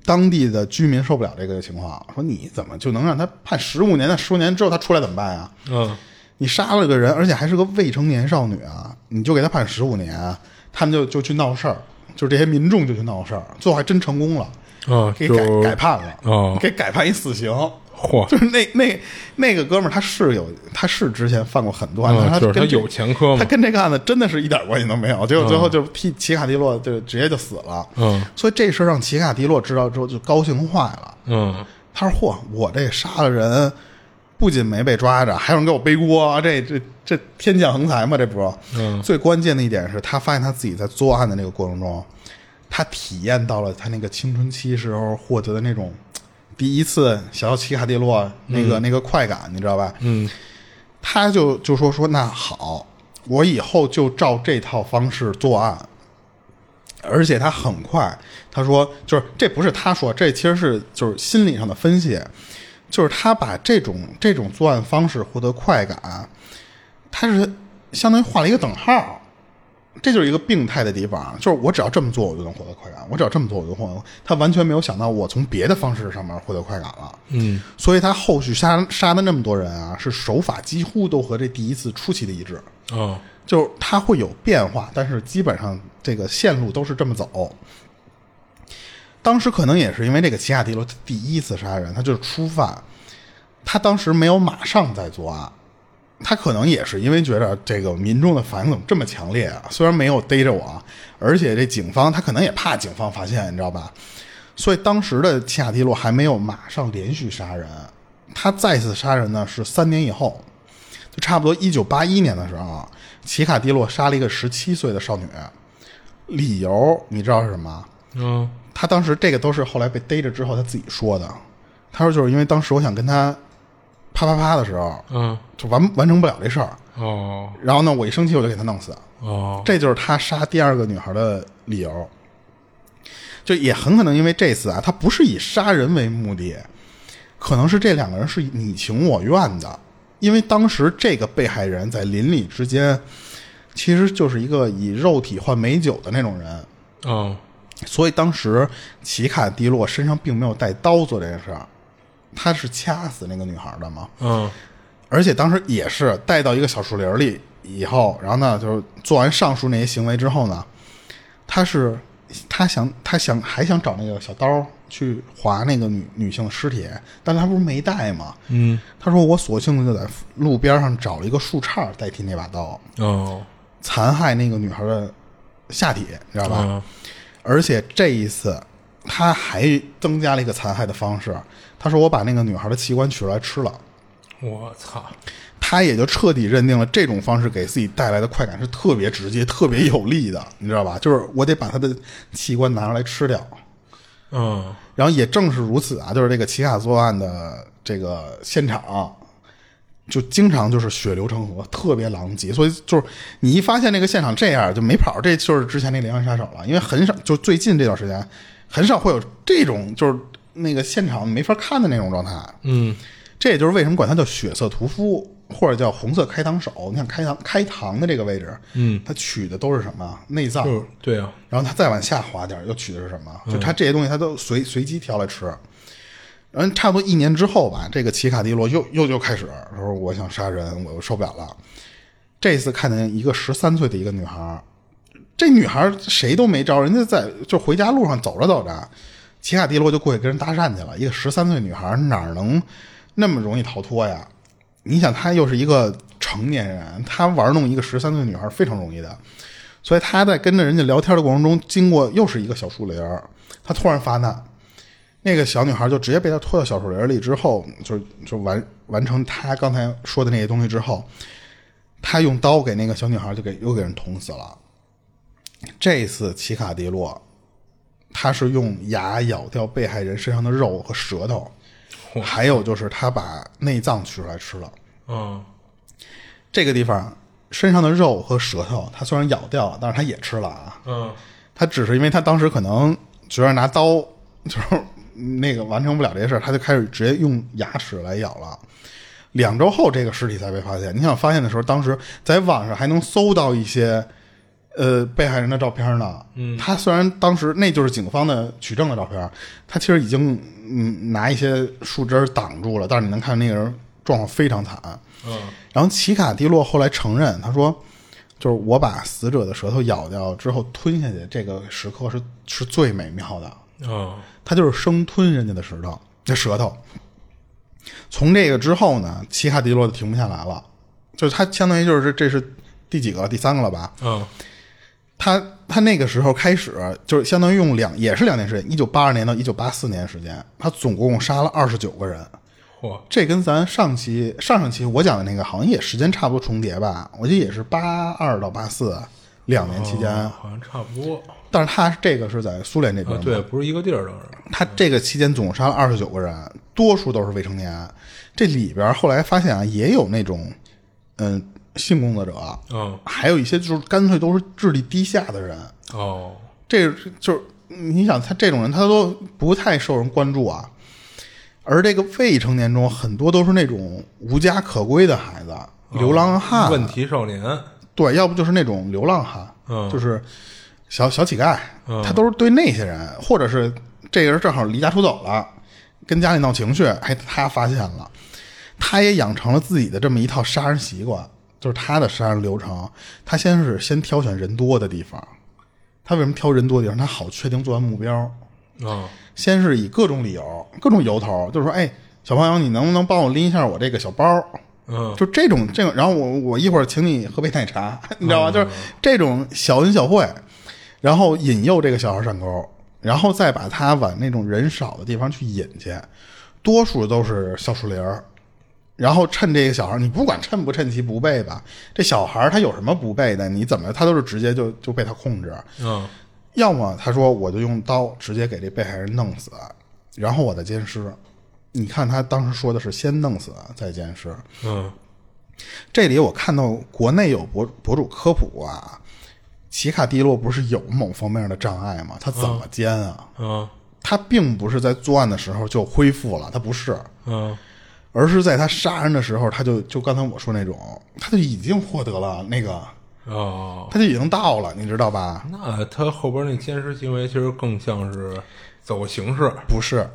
B: 当地的居民受不了这个情况，说你怎么就能让他判十五年？那十五年之后他出来怎么办啊？
C: 嗯
B: 你杀了个人，而且还是个未成年少女啊，你就给他判十五年，他们就就去闹事儿，就是这些民众就去闹事儿，最后还真成功了，
C: 啊，
B: 给
C: 就
B: 改改判了，
C: 哦
B: 给改判一死刑。
C: 嚯，
B: 就是那那那个哥们儿，他是有，他是之前犯过很多案子，
C: 嗯
B: 他
C: 就是他
B: 跟这
C: 有前科
B: 他
C: 嘛，
B: 跟这个案子真的是一点关系都没有，结果最后就替奇卡迪洛就直接就死了。
C: 嗯
B: 所以这事儿让奇卡迪洛知道之后就高兴坏了。
C: 嗯
B: 他说：“嚯，我这杀了人，不仅没被抓着，还有人给我背锅，啊这这这天降横财嘛，这不是？
C: 嗯
B: 最关键的一点是他发现他自己在作案的那个过程中，他体验到了他那个青春期时候获得的那种第一次小小奇卡迪洛那个、那个快感，你知道吧？
C: 嗯
B: 他就就说说那好，我以后就照这套方式作案。而且他很快，他说就是这不是他说，这其实是就是心理上的分析，就是他把这种这种作案方式获得快感，他是相当于画了一个等号。这就是一个病态的地方，就是我只要这么做，我就能获得快感；我只要这么做，我就获得。他完全没有想到我从别的方式上面获得快感了。
C: 嗯，
B: 所以他后续杀杀的那么多人啊，是手法几乎都和这第一次出奇的一致，
C: 哦
B: 就是他会有变化，但是基本上这个线路都是这么走。当时可能也是因为这个奇亚迪罗第一次杀人，他就是初犯，他当时没有马上在作案，他可能也是因为觉得这个民众的反应怎么这么强烈啊？虽然没有逮着我啊，而且这警方他可能也怕警方发现，你知道吧？所以当时的奇亚迪洛还没有马上连续杀人，他再次杀人呢是三年以后，就差不多一九八一年的时候，奇卡迪洛杀了一个十七岁的少女，理由你知道是什么？
C: 嗯
B: 他当时这个都是后来被逮着之后他自己说的，他说就是因为当时我想跟他啪啪啪的时候，
C: 嗯
B: 就完完成不了这事儿，
C: 哦
B: 然后呢我一生气我就给他弄死，
C: 哦
B: 这就是他杀第二个女孩的理由。就也很可能因为这次啊，他不是以杀人为目的，可能是这两个人是你情我愿的，因为当时这个被害人在邻里之间，其实就是一个以肉体换美酒的那种人，
C: 哦
B: 所以当时奇卡迪洛身上并没有带刀做这件事儿，他是掐死那个女孩的嘛，
C: 嗯
B: 而且当时也是带到一个小树林里以后，然后呢，就是做完上述那些行为之后呢，他是他想他想还想找那个小刀去划那个女女性的尸体，但他不是没带吗？
C: 嗯
B: 他说我索性就在路边上找了一个树杈代替那把刀，
C: 哦
B: 残害那个女孩的下体，你知道吧？
C: 啊
B: 而且这一次他还增加了一个残害的方式，他说我把那个女孩的器官取出来吃了。
C: 我操
B: 他也就彻底认定了这种方式给自己带来的快感是特别直接、特别有利的，你知道吧？就是我得把他的器官拿出来吃掉。
C: 嗯
B: 然后也正是如此啊，就是这个奇卡作案的这个现场，就经常就是血流成河，特别狼藉。所以就是你一发现这个现场这样就没跑，这就是之前那连环杀手了，因为很少，就最近这段时间很少会有这种就是那个现场没法看的那种状态。
C: 嗯
B: 这也就是为什么管它叫血色屠夫，或者叫红色开膛手。你看开膛开膛的这个位置，
C: 嗯，
B: 它取的都是什么内脏，
C: 就是对啊
B: 然后它再往下滑点儿又取的是什么？就它这些东西它都随随机挑来吃。然后差不多一年之后吧，这个奇卡迪罗又又又开始说我想杀人，我又受不了了。这次看见一个十三岁的一个女孩儿，这女孩儿谁都没招，人家在就回家路上走着走着，奇卡迪罗就过去跟人搭讪去了。一个十三岁女孩儿哪能那么容易逃脱呀？你想，她又是一个成年人，她玩弄一个十三岁女孩儿非常容易的，所以她在跟着人家聊天的过程中，经过又是一个小树林儿，她突然发难，那个小女孩就直接被他拖到小树林里之后，就就完完成他刚才说的那些东西之后，他用刀给那个小女孩就给又给人捅死了。这次奇卡迪洛，他是用牙咬掉被害人身上的肉和舌头，还有就是他把内脏取出来吃了。
C: 嗯，
B: 这个地方身上的肉和舌头，他虽然咬掉了，但是他也吃了啊。
C: 嗯，
B: 他只是因为他当时可能觉得拿刀 就是那个完成不了这些事儿，他就开始直接用牙齿来咬了。两周后，这个尸体才被发现。你想发现的时候，当时在网上还能搜到一些呃被害人的照片呢。嗯，他虽然当时那就是警方的取证的照片，他其实已经嗯拿一些树枝儿挡住了，但是你能看那个人状况非常惨。
C: 嗯，
B: 然后奇卡蒂洛后来承认，他说，就是我把死者的舌头咬掉之后吞下去，这个时刻是是最美妙的。
C: 嗯，
B: 他就是生吞人家的舌头，这舌头。从这个之后呢，奇卡蒂洛就停不下来了，就是他相当于就是这这是第几个了？第三个了吧？
C: 嗯，
B: 他他那个时候开始就是相当于用两也是两年时间，一九八二年到一九八四年时间，他总共杀了二十九个人。
C: 嚯，
B: 这跟咱上期、上上期我讲的那个好像也时间差不多重叠吧？我记得也是八二到八四两年期间，
C: 好像差不多
B: 但是他这个是在苏联这边
C: 哦啊
B: 嘛，，
C: 对，不是一个地儿都是，
B: 他这个期间总共杀了二十九个人，多数都是未成年。这里边后来发现啊，也有那种嗯性工作者，
C: 嗯，
B: 还有一些就是干脆都是智力低下的人。
C: 哦，
B: 这就是你想，他这种人他都不太受人关注啊。而这个未成年中很多都是那种无家可归的孩子，流浪汉，
C: 哦问题少年，
B: 对，要不就是那种流浪汉，
C: 嗯
B: 就是小小乞丐，
C: 嗯
B: 他都是对那些人，或者是这个人正好离家出走了，跟家里闹情绪，哎，他发现了，他也养成了自己的这么一套杀人习惯，就是他的杀人流程，他先是先挑选人多的地方，他为什么挑人多的地方？他好确定作案目标，
C: 嗯，
B: 先是以各种理由、各种由头，就是说，哎，小朋友，你能不能帮我拎一下我这个小包？
C: 嗯，
B: 就这种这种，然后我我一会儿请你喝杯奶茶，你知道吗？就是这种小恩小惠，然后引诱这个小孩上钩，然后再把他往那种人少的地方去引去，多数都是小树林儿。然后趁这个小孩，你不管趁不趁其不备吧，这小孩他有什么不备的？你怎么他都是直接就就被他控制，
C: 嗯，
B: 要么他说我就用刀直接给这被害人弄死，然后我再奸尸。你看他当时说的是先弄死再奸尸，
C: 嗯，
B: 这里我看到国内有博博主科普啊，奇卡蒂洛不是有某方面的障碍吗？他怎么奸啊？
C: 嗯，
B: 他并不是在作案的时候就恢复了，他不是，
C: 嗯，
B: 而是在他杀人的时候，他就就刚才我说那种，他就已经获得了那个，
C: 哦，
B: 他就已经到了，你知道吧？
C: 那他后边那监视行为其实更像是走形式，
B: 不是，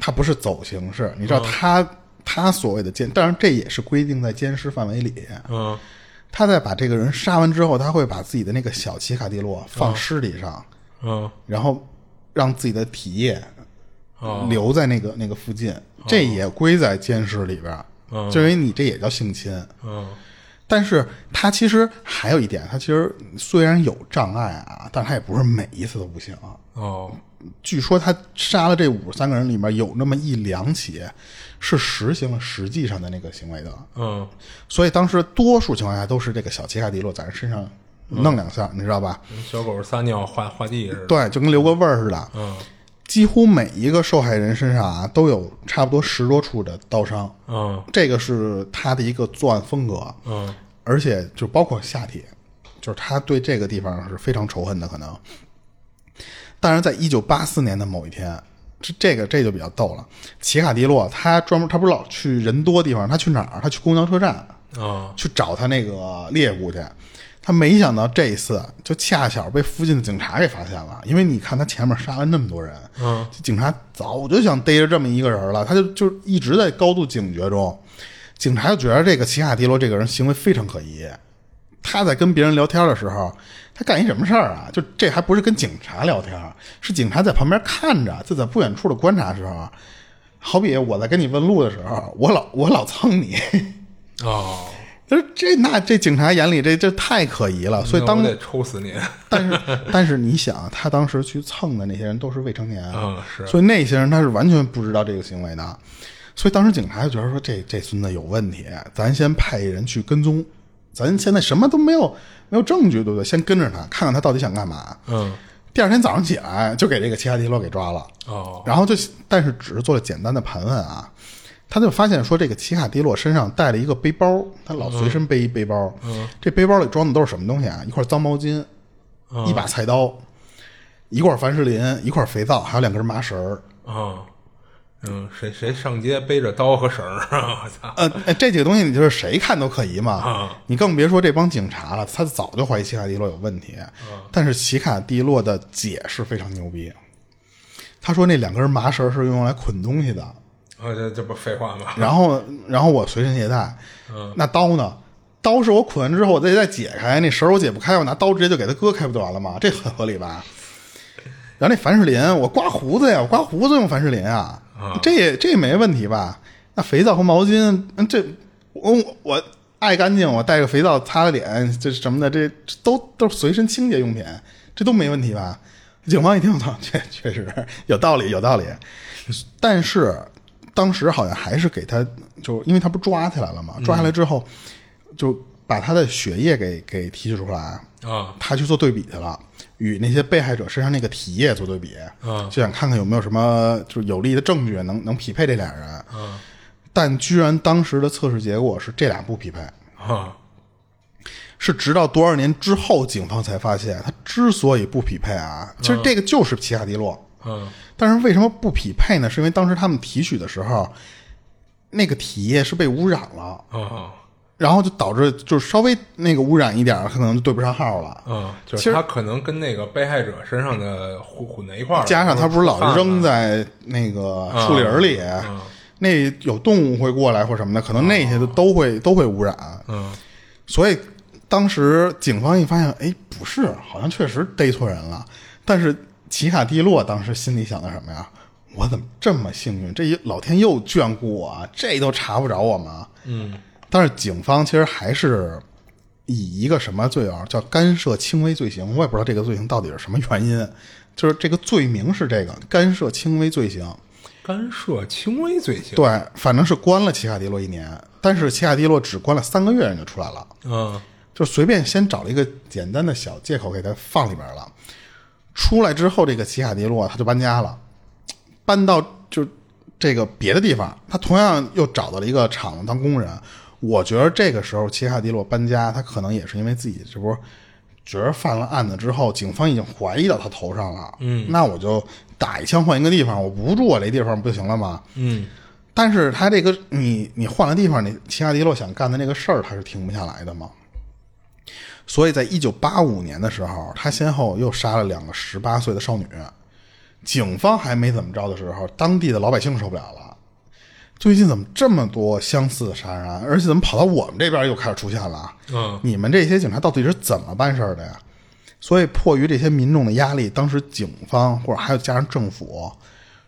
B: 他不是走形式，你知道他、他所谓的奸，当然这也是规定在奸尸范围里，
C: 嗯，
B: 他在把这个人杀完之后，他会把自己的那个小奇卡蒂洛放尸体上。
C: 嗯，
B: 然后让自己的体液
C: 哦
B: 留在那个、那个附近，这也归在监视里边儿，
C: 嗯
B: 就因为你这也叫性侵。
C: 嗯，
B: 但是他其实还有一点，他其实虽然有障碍啊，但他也不是每一次都不行。
C: 哦，
B: 据说他杀了这五十三个人里面有那么一两起是实行了实际上的那个行为的，
C: 嗯，
B: 所以当时多数情况下都是这个小奇卡迪洛在人身上弄两下，你知道吧？
C: 小狗撒尿画画地似的，
B: 对，就跟留个味儿似的。
C: 嗯，
B: 几乎每一个受害人身上啊都有差不多十多处的刀伤，
C: 嗯，
B: 这个是他的一个作案风格，
C: 嗯，
B: 而且就包括下体，就是他对这个地方是非常仇恨的可能。但是在一九八四年的某一天，这这个这就比较逗了。奇卡迪洛他专门他不是老去人多地方，他去哪儿？他去公交车站
C: 嗯，
B: 去找他那个猎物去。他没想到这一次就恰巧被附近的警察给发现了，因为你看他前面杀了那么多人，
C: 嗯，
B: 警察早就想逮着这么一个人了，他就就一直在高度警觉中。警察就觉得这个奇卡迪罗这个人行为非常可疑。他在跟别人聊天的时候，他干一什么事儿啊？就这还不是跟警察聊天，是警察在旁边看着，就在不远处的观察的时候。好比我在跟你问路的时候，我老我老蹭你，
C: 哦，
B: 他说这那这警察眼里这这太可疑了，所以
C: 那
B: 当
C: 我得抽死你，
B: 但是 但是你想，啊他当时去蹭的那些人都是未成年，
C: 嗯，是，
B: 所以那些人他是完全不知道这个行为的，所以当时警察就觉得说这这孙子有问题，咱先派人去跟踪，咱现在什么都没有，没有证据，对不对？先跟着他，看看他到底想干嘛。
C: 嗯，
B: 第二天早上起来就给这个切哈迪罗给抓了，
C: 哦，
B: 然后就但是只是做了简单的盘问啊，他就发现说这个奇卡迪洛身上带了一个背包，他老随身背一背包，这背包里装的都是什么东西啊？一块脏毛巾，一把菜刀，一罐凡士林，一块肥皂，还有两根麻绳儿。
C: 啊，嗯，谁谁上街背着刀和绳儿 啊？我操！
B: 呃，哎这几个东西你就是谁看都可疑嘛，你更别说这帮警察了，他早就怀疑奇卡蒂洛有问题。但是奇卡蒂洛的解释非常牛逼，他说那两根麻绳是用来捆东西的，
C: 啊，这这不废话吗？
B: 然后然后我随身携带，那刀呢？刀是我捆完之后，我再再解开，那绳儿我解不开，我拿刀直接就给它割开，不就完了吗？这很合理吧？然后那凡士林，我刮胡子呀，我刮胡子用凡士林啊，这这没问题吧？那肥皂和毛巾，嗯这我我爱干净，我带个肥皂擦擦脸，这什么的，这这都都是随身清洁用品，这都没问题吧？警方一听，我 操，确确实有道理，有道理。但是当时好像还是给他，就因为他不抓起来了嘛，抓下来之后，就把他的血液给给提取出来，
C: 啊，
B: 他去做对比去了，与那些被害者身上那个体液做对比，
C: 嗯
B: 就想看看有没有什么就是有力的证据能能匹配这俩人，但居然当时的测试结果是这俩不匹配，
C: 啊，
B: 是直到多少年之后，警方才发现他之所以不匹配啊，其实这个就是奇亚迪洛，
C: 嗯，
B: 但是为什么不匹配呢？是因为当时他们提取的时候，那个体液是被污染了，
C: 啊，
B: 然后就导致就是稍微那个污染一点儿，可能就对不上号了。
C: 嗯，就
B: 其
C: 是
B: 实
C: 他可能跟那个被害者身上的混混在一块儿了，嗯
B: 加上他不是老扔
C: 在
B: 在那个树林儿里，那有动物会过来或什么的，可能那些都都会都会污染。
C: 哦嗯，
B: 所以当时警方一发现，哎，不是，好像确实逮错人了。但是奇卡蒂洛当时心里想的什么呀？我怎么这么幸运？这一老天又眷顾我啊，这都查不着我吗？
C: 嗯
B: 但是警方其实还是以一个什么罪啊，叫干涉轻微罪行，我也不知道这个罪行到底是什么原因，就是这个罪名是这个干涉轻微罪行。
C: 干涉轻微罪行，，
B: 对，反正是关了奇卡迪洛一年，但是奇卡迪洛只关了三个月，人就出来了，
C: 嗯
B: 就随便先找了一个简单的小借口给他放里边了。出来之后，这个奇卡迪洛他就搬家了，搬到就这个别的地方，他同样又找到了一个厂子当工人。我觉得这个时候切哈迪洛搬家，他可能也是因为自己这不是觉得犯了案子之后，警方已经怀疑到他头上了。嗯，那我就打一枪换一个地方，我不住我这地方不就行了吗？
C: 嗯
B: 但是他这个你你换了地方，你齐亚迪洛想干的那个事儿，他是停不下来的嘛。所以在一九八五年的时候，他先后又杀了两个十八岁的少女。警方还没怎么着的时候，当地的老百姓受不了了。最近怎么这么多相似的杀人案，而且怎么跑到我们这边又开始出现了啊？
C: 嗯
B: 你们这些警察到底是怎么办事儿的呀？所以，迫于这些民众的压力，当时警方或者还有加上政府，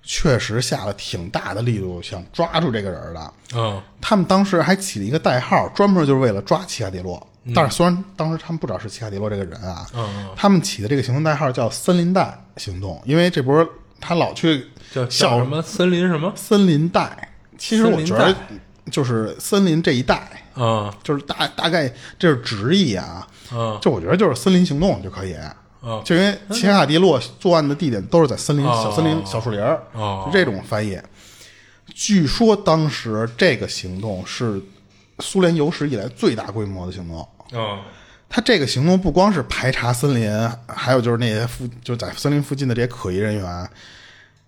B: 确实下了挺大的力度，想抓住这个人儿的。
C: 嗯
B: 他们当时还起了一个代号，专门就是为了抓奇亚迪洛。但是虽然当时他们不知道是奇亚迪洛这个人啊，
C: 嗯，
B: 他们起的这个行动代号叫“森林带行动”，因为这不是他老去
C: 叫叫
B: 小
C: 什么森林什么
B: 森林带。其实我觉
C: 森林
B: 得
C: 带
B: 就是森林这一带，
C: 啊
B: 就是大大概这是直译啊。
C: 啊
B: 就我觉得就是森林行动就可以，
C: 啊
B: 就因为切卡迪洛作案的地点都是在森林、小森林、小树林儿，
C: 哦
B: 就这种翻译。据说当时这个行动是苏联有史以来最大规模的行动。
C: 啊
B: 他这个行动不光是排查森林，还有就是那些附就在森林附近的这些可疑人员，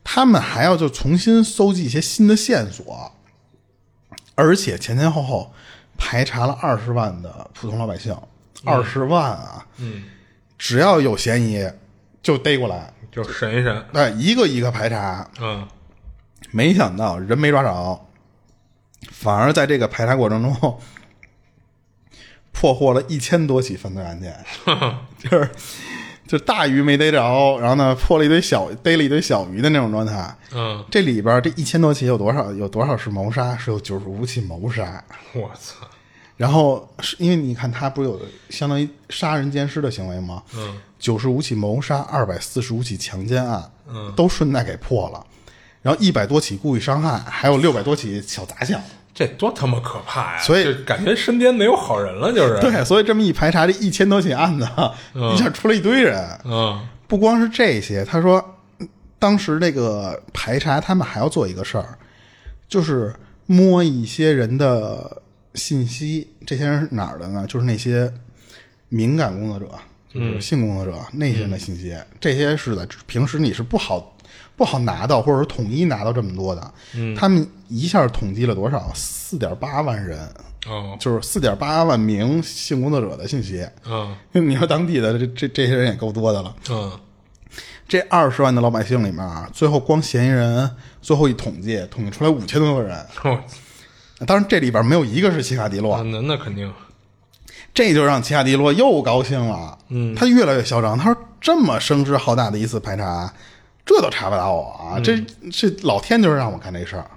B: 他们还要就重新搜集一些新的线索，而且前前后后排查了二十万的普通老百姓，二十万啊，
C: 嗯，
B: 只要有嫌疑就逮过来，
C: 就审一审，
B: 那一个一个排查，
C: 嗯
B: 没想到人没抓着，反而在这个排查过程中破获了一千多起犯罪案件，就是就是大鱼没逮着，然后呢破了一堆小逮了一堆小鱼的那种状态。
C: 嗯，
B: 这里边这一千多起有多少有多少是谋杀？是有九十五起谋杀。
C: 我操，
B: 然后是因为你看他不是有相当于杀人奸尸的行为吗？
C: 嗯，
B: 九十五起谋杀，二百四十五起强奸案，嗯，都顺带给破了，然后一百多起故意伤害，还有六百多起小杂项，
C: 这多他妈可怕呀！
B: 所以
C: 就感觉身边没有好人了，就是
B: 对，所以这么一排查，这一千多起案子啊，
C: 嗯
B: 一下出来一堆人。
C: 嗯
B: 不光是这些，他说，当时那个排查他们还要做一个事儿，就是摸一些人的信息。这些人是哪儿的呢？就是那些敏感工作者，就是性工作者、那些人的信息。这些是在平时你是不好不好拿到，或者说统一拿到这么多的。他们一下统计了多少？四点八万人。
C: 哦
B: 就是四点八万名性工作者的信息，
C: 嗯
B: 你说当地的这这这些人也够多的了。
C: 嗯
B: 这二十万的老百姓里面啊，最后光嫌疑人最后一统计，统计出来五千多个人。
C: 哦，
B: 当然，这里边没有一个是奇卡迪
C: 啊
B: 洛，
C: 那那肯定，
B: 这就让奇卡迪洛又高兴了。嗯，他越来越嚣张，他说：“这么声势浩大的一次排查，这都查不到我啊！这这老天就是让我干这事儿。”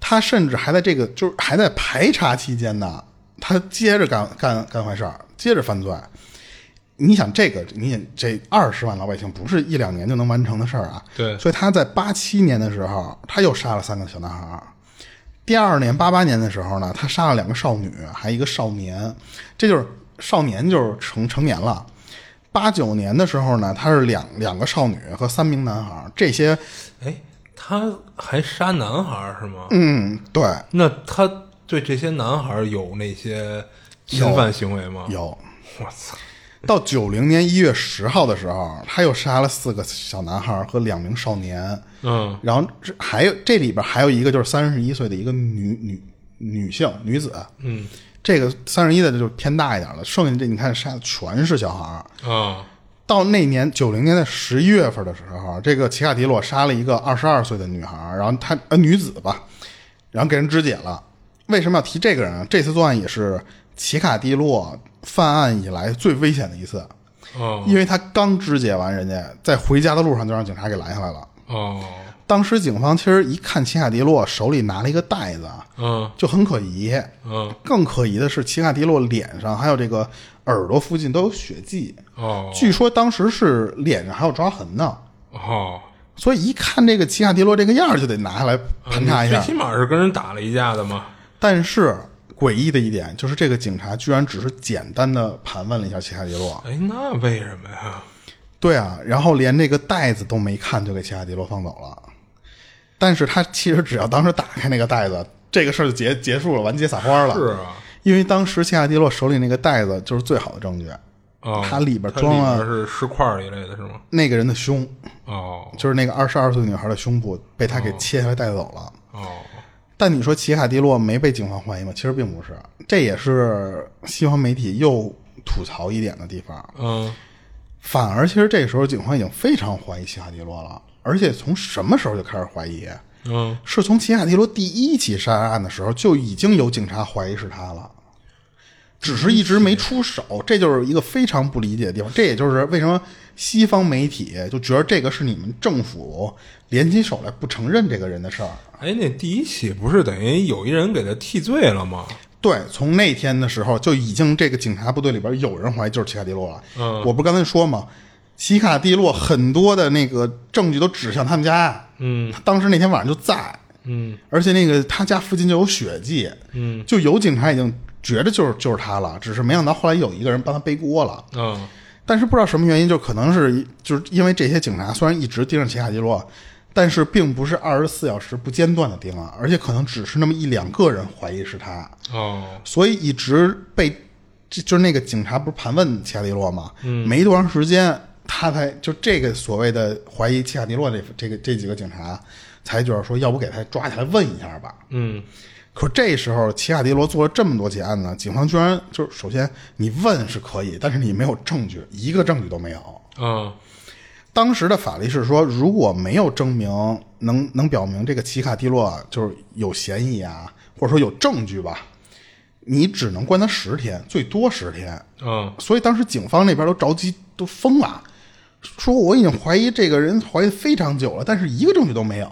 B: 他甚至还在这个就是还在排查期间呢，他接着干干干坏事儿，接着犯罪。你想这个，你也这二十万老百姓不是一两年就能完成的事儿啊。
C: 对
B: 所以他在八七年的时候，他又杀了三个小男孩儿。第二年八八年的时候呢，他杀了两个少女，还一个少年，这就是少年就是成成年了。八九年的时候呢，他是两两个少女和三名男孩儿，这些
C: 哎，他还杀男孩儿是吗？
B: 嗯，对，
C: 那他对这些男孩儿有那些侵犯行为吗？
B: 有。
C: 我操！
B: 到九零年一月十号的时候，他又杀了四个小男孩儿和两名少年，
C: 嗯
B: 然后这还有这里边还有一个就是三十一岁的一个女女女性女子，
C: 嗯
B: 这个三十一的就偏大一点了，剩下这你看杀的全是小孩儿。
C: 啊
B: 到那年九零年的十一月份的时候，这个奇卡迪洛杀了一个二十二岁的女孩，然后她呃女子吧，然后给人肢解了。为什么要提这个人啊？这次作案也是奇卡迪洛犯案以来最危险的一次，
C: 哦
B: 因为他刚肢解完人家，在回家的路上就让警察给拦下来了。
C: 哦
B: 当时警方其实一看奇卡迪洛手里拿了一个袋子，啊，
C: 嗯
B: 就很可疑。
C: 嗯
B: 更可疑的是，奇卡迪洛脸上还有这个耳朵附近都有血迹，
C: 哦
B: 据说当时是脸上还有抓痕呢，
C: 哦，
B: 所以一看这个奇卡迪洛这个样儿，就得拿下来盘查一
C: 啊
B: 下
C: 你最。起码是跟人打了一架的嘛。
B: 但是诡异的一点就是，这个警察居然只是简单的盘问了一下奇卡迪洛，啊
C: 哎，那为什么呀？
B: 对啊，然后连这个袋子都没看就给奇卡迪洛放走了。但是他其实只要当时打开那个袋子，这个事儿就结结束了，完结撒花了。
C: 是啊，
B: 因为当时奇卡迪洛手里那个袋子就是最好的证据，
C: 哦，
B: 它里边装了
C: 它里边是尸块儿一类的是吗？
B: 那个人的胸，
C: 哦
B: 就是那个二十二岁女孩的胸部被他给切下来带走了。
C: 哦
B: 但你说奇卡迪洛没被警方怀疑吗？其实并不是，这也是西方媒体又吐槽一点的地方。
C: 嗯
B: 反而其实这时候警方已经非常怀疑奇卡迪洛了，而且从什么时候就开始怀疑？
C: 嗯，
B: 是从奇卡迪洛第一起杀人案的时候就已经有警察怀疑是他了，只是一直没出手，这就是一个非常不理解的地方。这也就是为什么西方媒体就觉得这个是你们政府联起手来不承认这个人的事儿。
C: 哎，那第一起不是等于有一人给他替罪了吗？
B: 对，从那天的时候就已经这个警察部队里边有人怀疑就是奇卡迪洛了。
C: 嗯
B: 我不刚才说吗？奇卡迪洛很多的那个证据都指向他们家，
C: 嗯
B: 他当时那天晚上就在，
C: 嗯
B: 而且那个他家附近就有血迹，
C: 嗯
B: 就有警察已经觉得就是就是他了，只是没想到后来有一个人帮他背锅了。
C: 嗯
B: 但是不知道什么原因，就可能是就是因为这些警察虽然一直盯着奇卡迪洛，但是并不是二十四小时不间断的盯啊，而且可能只是那么一两个人怀疑是他，
C: 哦
B: 所以一直被这就是那个警察不是盘问奇卡迪洛吗？没多长时间，他才就这个所谓的怀疑奇卡迪洛这这个这几个警察才觉得说，要不给他抓起来问一下吧。
C: 嗯
B: 可这时候，奇卡迪罗做了这么多起案呢，警方居然就是首先你问是可以，但是你没有证据，一个证据都没有。
C: 嗯
B: 当时的法律是说，如果没有证明能能表明这个奇卡迪洛就是有嫌疑啊，或者说有证据吧，你只能关他十天，最多十天。
C: 嗯
B: 所以当时警方那边都着急，都疯了，说我已经怀疑这个人怀疑非常久了，但是一个证据都没有，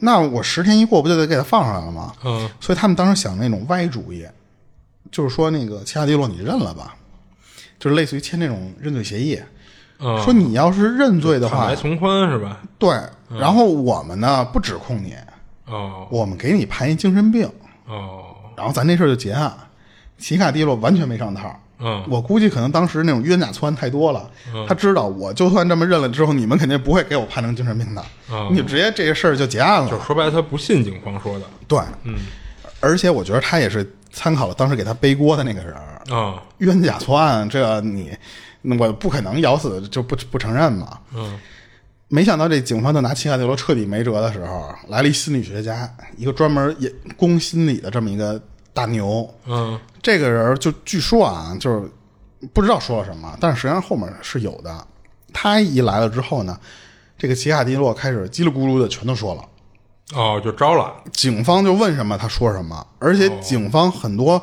B: 那我十天一过，不就得给他放上来了吗？
C: 嗯
B: 所以他们当时想那种歪主意，就是说那个切亚迪洛你认了吧，就是类似于签那种认罪协议，
C: 嗯，
B: 说你要是认罪的
C: 坦
B: 话
C: 白，从嗯宽是吧？
B: 对，然后我们呢不指控你，
C: 哦
B: 我们给你判一精神病。
C: 哦哦，
B: 然后咱这事儿就结案。奇卡蒂洛完全没上套，
C: 嗯
B: 我估计可能当时那种冤假错案太多了，他知道我就算这么认了之后，你们肯定不会给我判成精神病的，
C: 嗯
B: 你就直接这个事儿就结案
C: 就
B: 了。
C: 是说白了，他不信警方说的，
B: 对，
C: 嗯
B: 而且我觉得他也是参考了当时给他背锅的那个人儿，
C: 啊
B: 冤假错案，这你我不可能咬死就不不承认嘛。
C: 嗯
B: 没想到这警方就拿奇卡蒂罗彻底没辙的时候，来了一心理学家，一个专门也攻心理的这么一个大牛，
C: 嗯
B: 这个人就据说啊，就是不知道说了什么，但是实际上后面是有的。他一来了之后呢，这个奇卡蒂洛开始叽里咕噜的全都说了，
C: 哦，就招了，
B: 警方就问什么他说什么，而且警方很多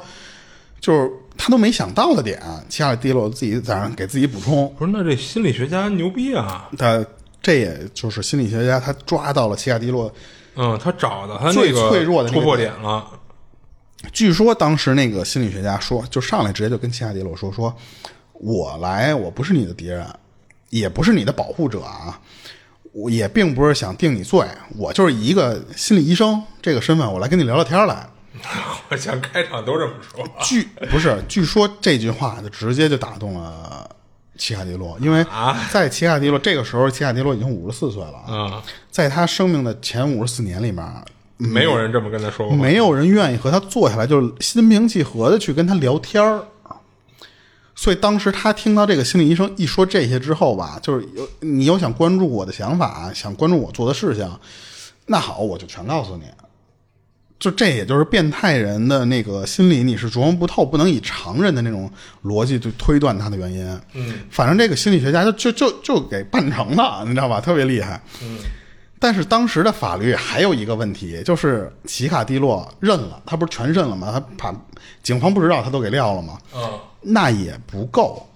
B: 就是他都没想到的点，奇卡蒂洛自己在那儿给自己补充。
C: 不是？那这心理学家牛逼啊，
B: 他这也就是心理学家，他抓到了奇卡蒂洛。
C: 嗯，他找到他
B: 最
C: 那个
B: 脆弱的那个
C: 突破
B: 点
C: 点了，
B: 据说当时那个心理学家说，就上来直接就跟奇卡蒂洛说：“说我来，我不是你的敌人，也不是你的保护者啊，我也并不是想定你罪，我就是一个心理医生这个身份，我来跟你聊聊天儿来。
C: 我想开场都这么说，
B: 据不是，据说这句话就直接就打动了奇卡蒂洛，因为在奇卡蒂洛这个时候，奇卡蒂洛已经五十四岁了啊，
C: 嗯，
B: 在他生命的前五十四年里面，
C: 没有人这么跟他说过，
B: 没有人愿意和他坐下来，就是心平气和的去跟他聊天儿。啊所以当时他听到这个心理医生一说这些之后吧，就是有你有想关注我的想法，想关注我做的事情，那好，我就全告诉你。就这也就是变态人的那个心理，你是琢磨不透，不能以常人的那种逻辑去推断他的原因。嗯，反正这个心理学家就就就就给办成了，你知道吧？特别厉害。但是当时的法律还有一个问题，就是奇卡蒂洛认了，他不是全认了吗？他把警方不知道他都给撂了吗？
C: 嗯，
B: 那也不够，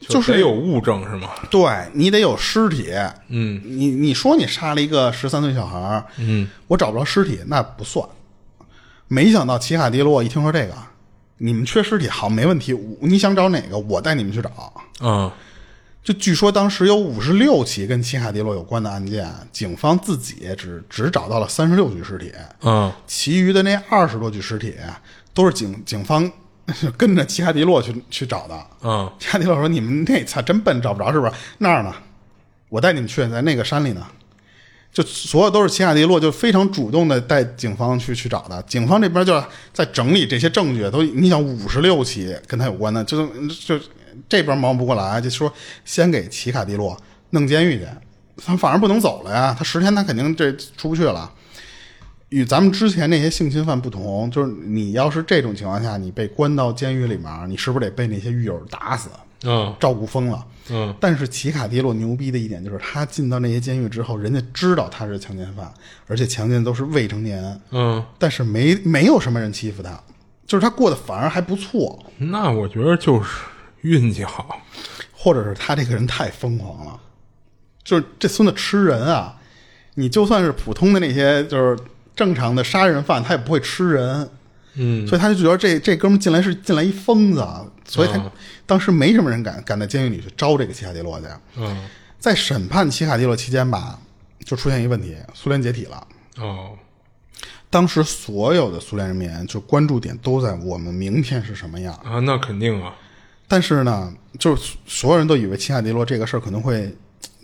B: 就
C: 得
B: 是
C: 有物证是吗？
B: 对你得有尸体。
C: 嗯
B: 你你说你杀了一个十三岁小孩儿，
C: 嗯，
B: 我找不着尸体，那不算。没想到奇卡蒂洛一听说这个，你们缺尸体，好，没问题，我你想找哪个，我带你们去找。
C: 嗯
B: 就据说当时有五十六起跟奇卡蒂洛有关的案件，警方自己只只找到了三十六具尸体。
C: 嗯
B: 其余的那二十多具尸体都是警警方 跟着奇哈迪洛去去找的。
C: 嗯
B: 奇哈迪洛说：“你们那操真笨，找不着是不是？那儿呢，我带你们去，在那个山里呢。”就所有都是奇哈迪洛，就非常主动的带警方去去找的。警方这边就在整理这些证据，都你想五十六起跟他有关的，就就这边忙不过来，就说先给奇卡蒂洛弄监狱去，他反而不能走了呀，他十天他肯定这出不去了。与咱们之前那些性侵犯不同，就是你要是这种情况下，你被关到监狱里面，你是不是得被那些狱友打死，
C: 嗯
B: 照顾疯了？
C: 嗯，
B: 但是奇卡迪洛牛逼的一点就是，他进到那些监狱之后，人家知道他是强奸犯，而且强奸都是未成年，
C: 嗯，
B: 但是没没有什么人欺负他，就是他过得反而还不错，
C: 那我觉得就是运气好，
B: 或者是他这个人太疯狂了，就是这孙子吃人啊！你就算是普通的那些就是正常的杀人犯，他也不会吃人。
C: 嗯，
B: 所以他就觉得这这哥们进来是进来一疯子，啊，所以他
C: 嗯
B: 当时没什么人敢敢在监狱里去招这个奇卡蒂洛去。
C: 嗯
B: 在审判奇卡蒂洛期间吧，就出现一个问题，苏联解体了。
C: 哦
B: 当时所有的苏联人民就关注点都在我们明天是什么样，
C: 啊，那肯定啊，
B: 但是呢，就是所有人都以为奇卡迪洛这个事儿可能会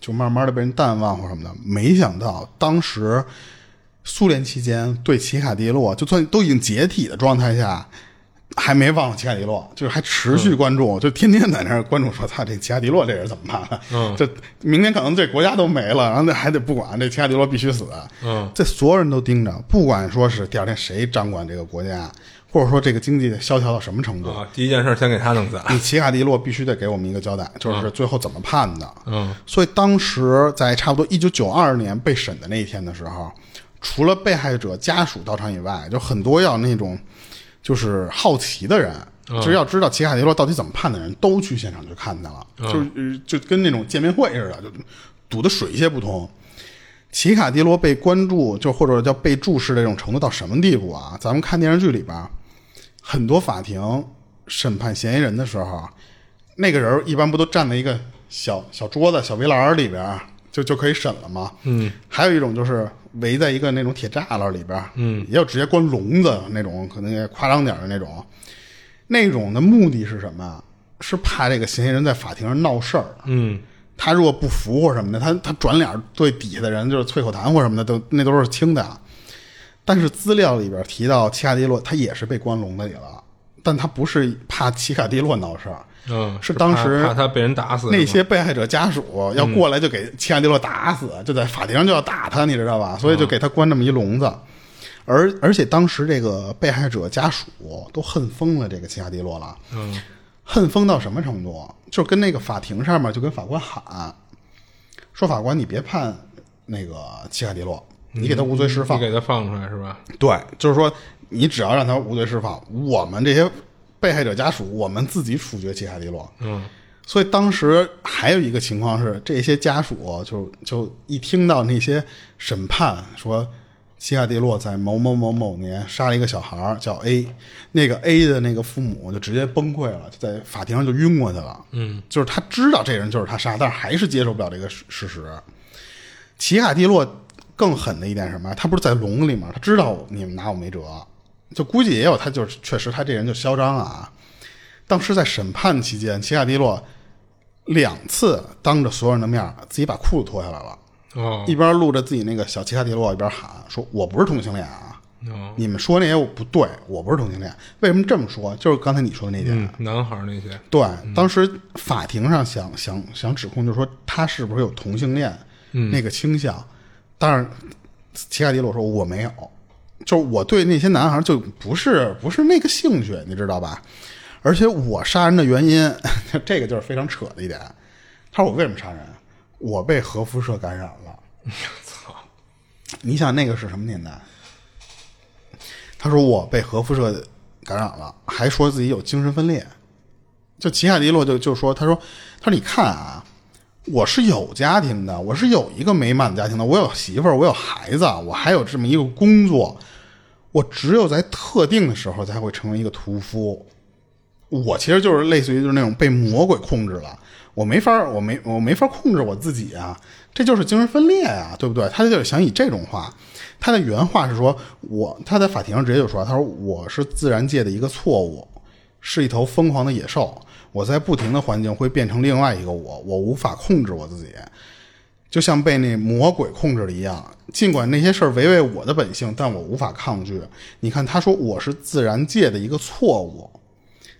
B: 就慢慢的被人淡忘或什么的，没想到当时苏联期间对奇卡迪洛，就算都已经解体的状态下，还没忘了奇卡迪洛，就是还持续关注，就天天在那儿关注说，他这奇卡迪洛这人怎么办？
C: 嗯
B: 这明天可能这国家都没了， 然后那还得不管，这奇卡迪洛必须死。
C: 嗯
B: 这所有人都盯着，不管说是第二天谁掌管这个国家，或者说这个经济萧条到什么程度，
C: 啊，第一件事先给他弄啊散，
B: 你奇卡蒂洛必须得给我们一个交代，就是最后怎么判的。
C: 嗯
B: 所以当时在差不多一九九二年被审的那一天的时候，除了被害者家属到场以外，就很多要那种就是好奇的人，就是要知道奇卡蒂洛到底怎么判的人，都去现场去看去了，就是呃就跟那种见面会似的，就堵得水泄不通。奇卡蒂洛被关注，就或者叫被注视的这种程度到什么地步啊？咱们看电视剧里边，很多法庭审判嫌疑人的时候，那个人一般不都站在一啊个小小桌子、小围栏里边儿，就就可以审了吗？
C: 嗯，
B: 还有一种就是围在一个那种铁栅栏里边儿，
C: 嗯
B: 也有直接关笼子那种，可能也夸张点儿的那种。那种的目的是什么啊？是怕这个嫌疑人在法庭上闹事儿。
C: 嗯
B: 他如果不服或什么的，他他转脸对底下的人就是啐口痰或什么的，都那都是轻的啊。但是资料里边提到奇卡迪洛，他也是被关笼子里了，但他不是怕奇卡迪洛闹事儿，
C: 嗯，
B: 是当
C: 怕
B: 时
C: 怕他被人打死
B: 那
C: 是吗嗯
B: 些被害者家属要过来就给齐亚迪洛打死，就在法庭上就要打他，你知道吧？
C: 啊
B: 所以就给他关这么一笼子。而而且当时这个被害者家属都恨疯了这个齐亚迪洛了，
C: 嗯
B: 恨疯到什么程度？就是跟那个法庭上面就跟法官喊，说法官你别判那个齐亚迪洛，你给他无罪释放
C: 嗯你。给他放出来是吧？
B: 对，就是说你只要让他无罪释放，我们这些被害者家属我们自己处决齐亚迪洛。
C: 嗯
B: 所以当时还有一个情况是，这些家属就就一听到那些审判说，西亚蒂洛在某某某某年杀了一个小孩儿叫 A，那个 A 的那个父母就直接崩溃了，就在法庭上就晕过去了。
C: 嗯，
B: 就是他知道这人就是他杀，但是还是接受不了这个事事实。奇卡蒂洛更狠的一点是什么？他不是在笼里面，他知道你们拿我没辙，就估计也有他就是确实他这人就嚣张啊。当时在审判期间，奇卡蒂洛两次当着所有人的面儿自己把裤子脱下来了，
C: 哦
B: 一边录着自己那个小奇卡蒂洛，一边喊说：“我不是同性恋啊！
C: 哦，
B: 你们说那些我不对，我不是同性恋。”为什么这么说？就是刚才你说的那点。啊
C: 嗯，男孩儿那些，
B: 对，当时法庭上想想想指控，就是说他是不是有同性恋、那个倾向，但是齐卡迪洛说我没有，就是我对那些男孩就不是不是那个兴趣，你知道吧？而且我杀人的原因， 这个就是非常扯的一点。他说我为什么杀人？我被核辐射感染了。
C: 操，
B: 你想那个是什么年代？他说我被核辐射感染了，还说自己有精神分裂。就齐亚迪洛就就说，他说，他说你看啊，我是有家庭的，我是有一个美满的家庭的，我有媳妇儿，我有孩子，啊我还有这么一个工作，我只有在特定的时候才会成为一个屠夫。我其实就是类似于就是那种被魔鬼控制了，我没法儿，我没我没法儿控制我自己啊，这就是精神分裂啊，对不对？他就是想以这种话，他的原话是说，我他在法庭上直接就说，他说我是自然界的一个错误，是一头疯狂的野兽，我在不停的环境会变成另外一个我，我无法控制我自己，就像被那魔鬼控制了一样。尽管那些事儿违背我的本性，但我无法抗拒。你看，他说我是自然界的一个错误，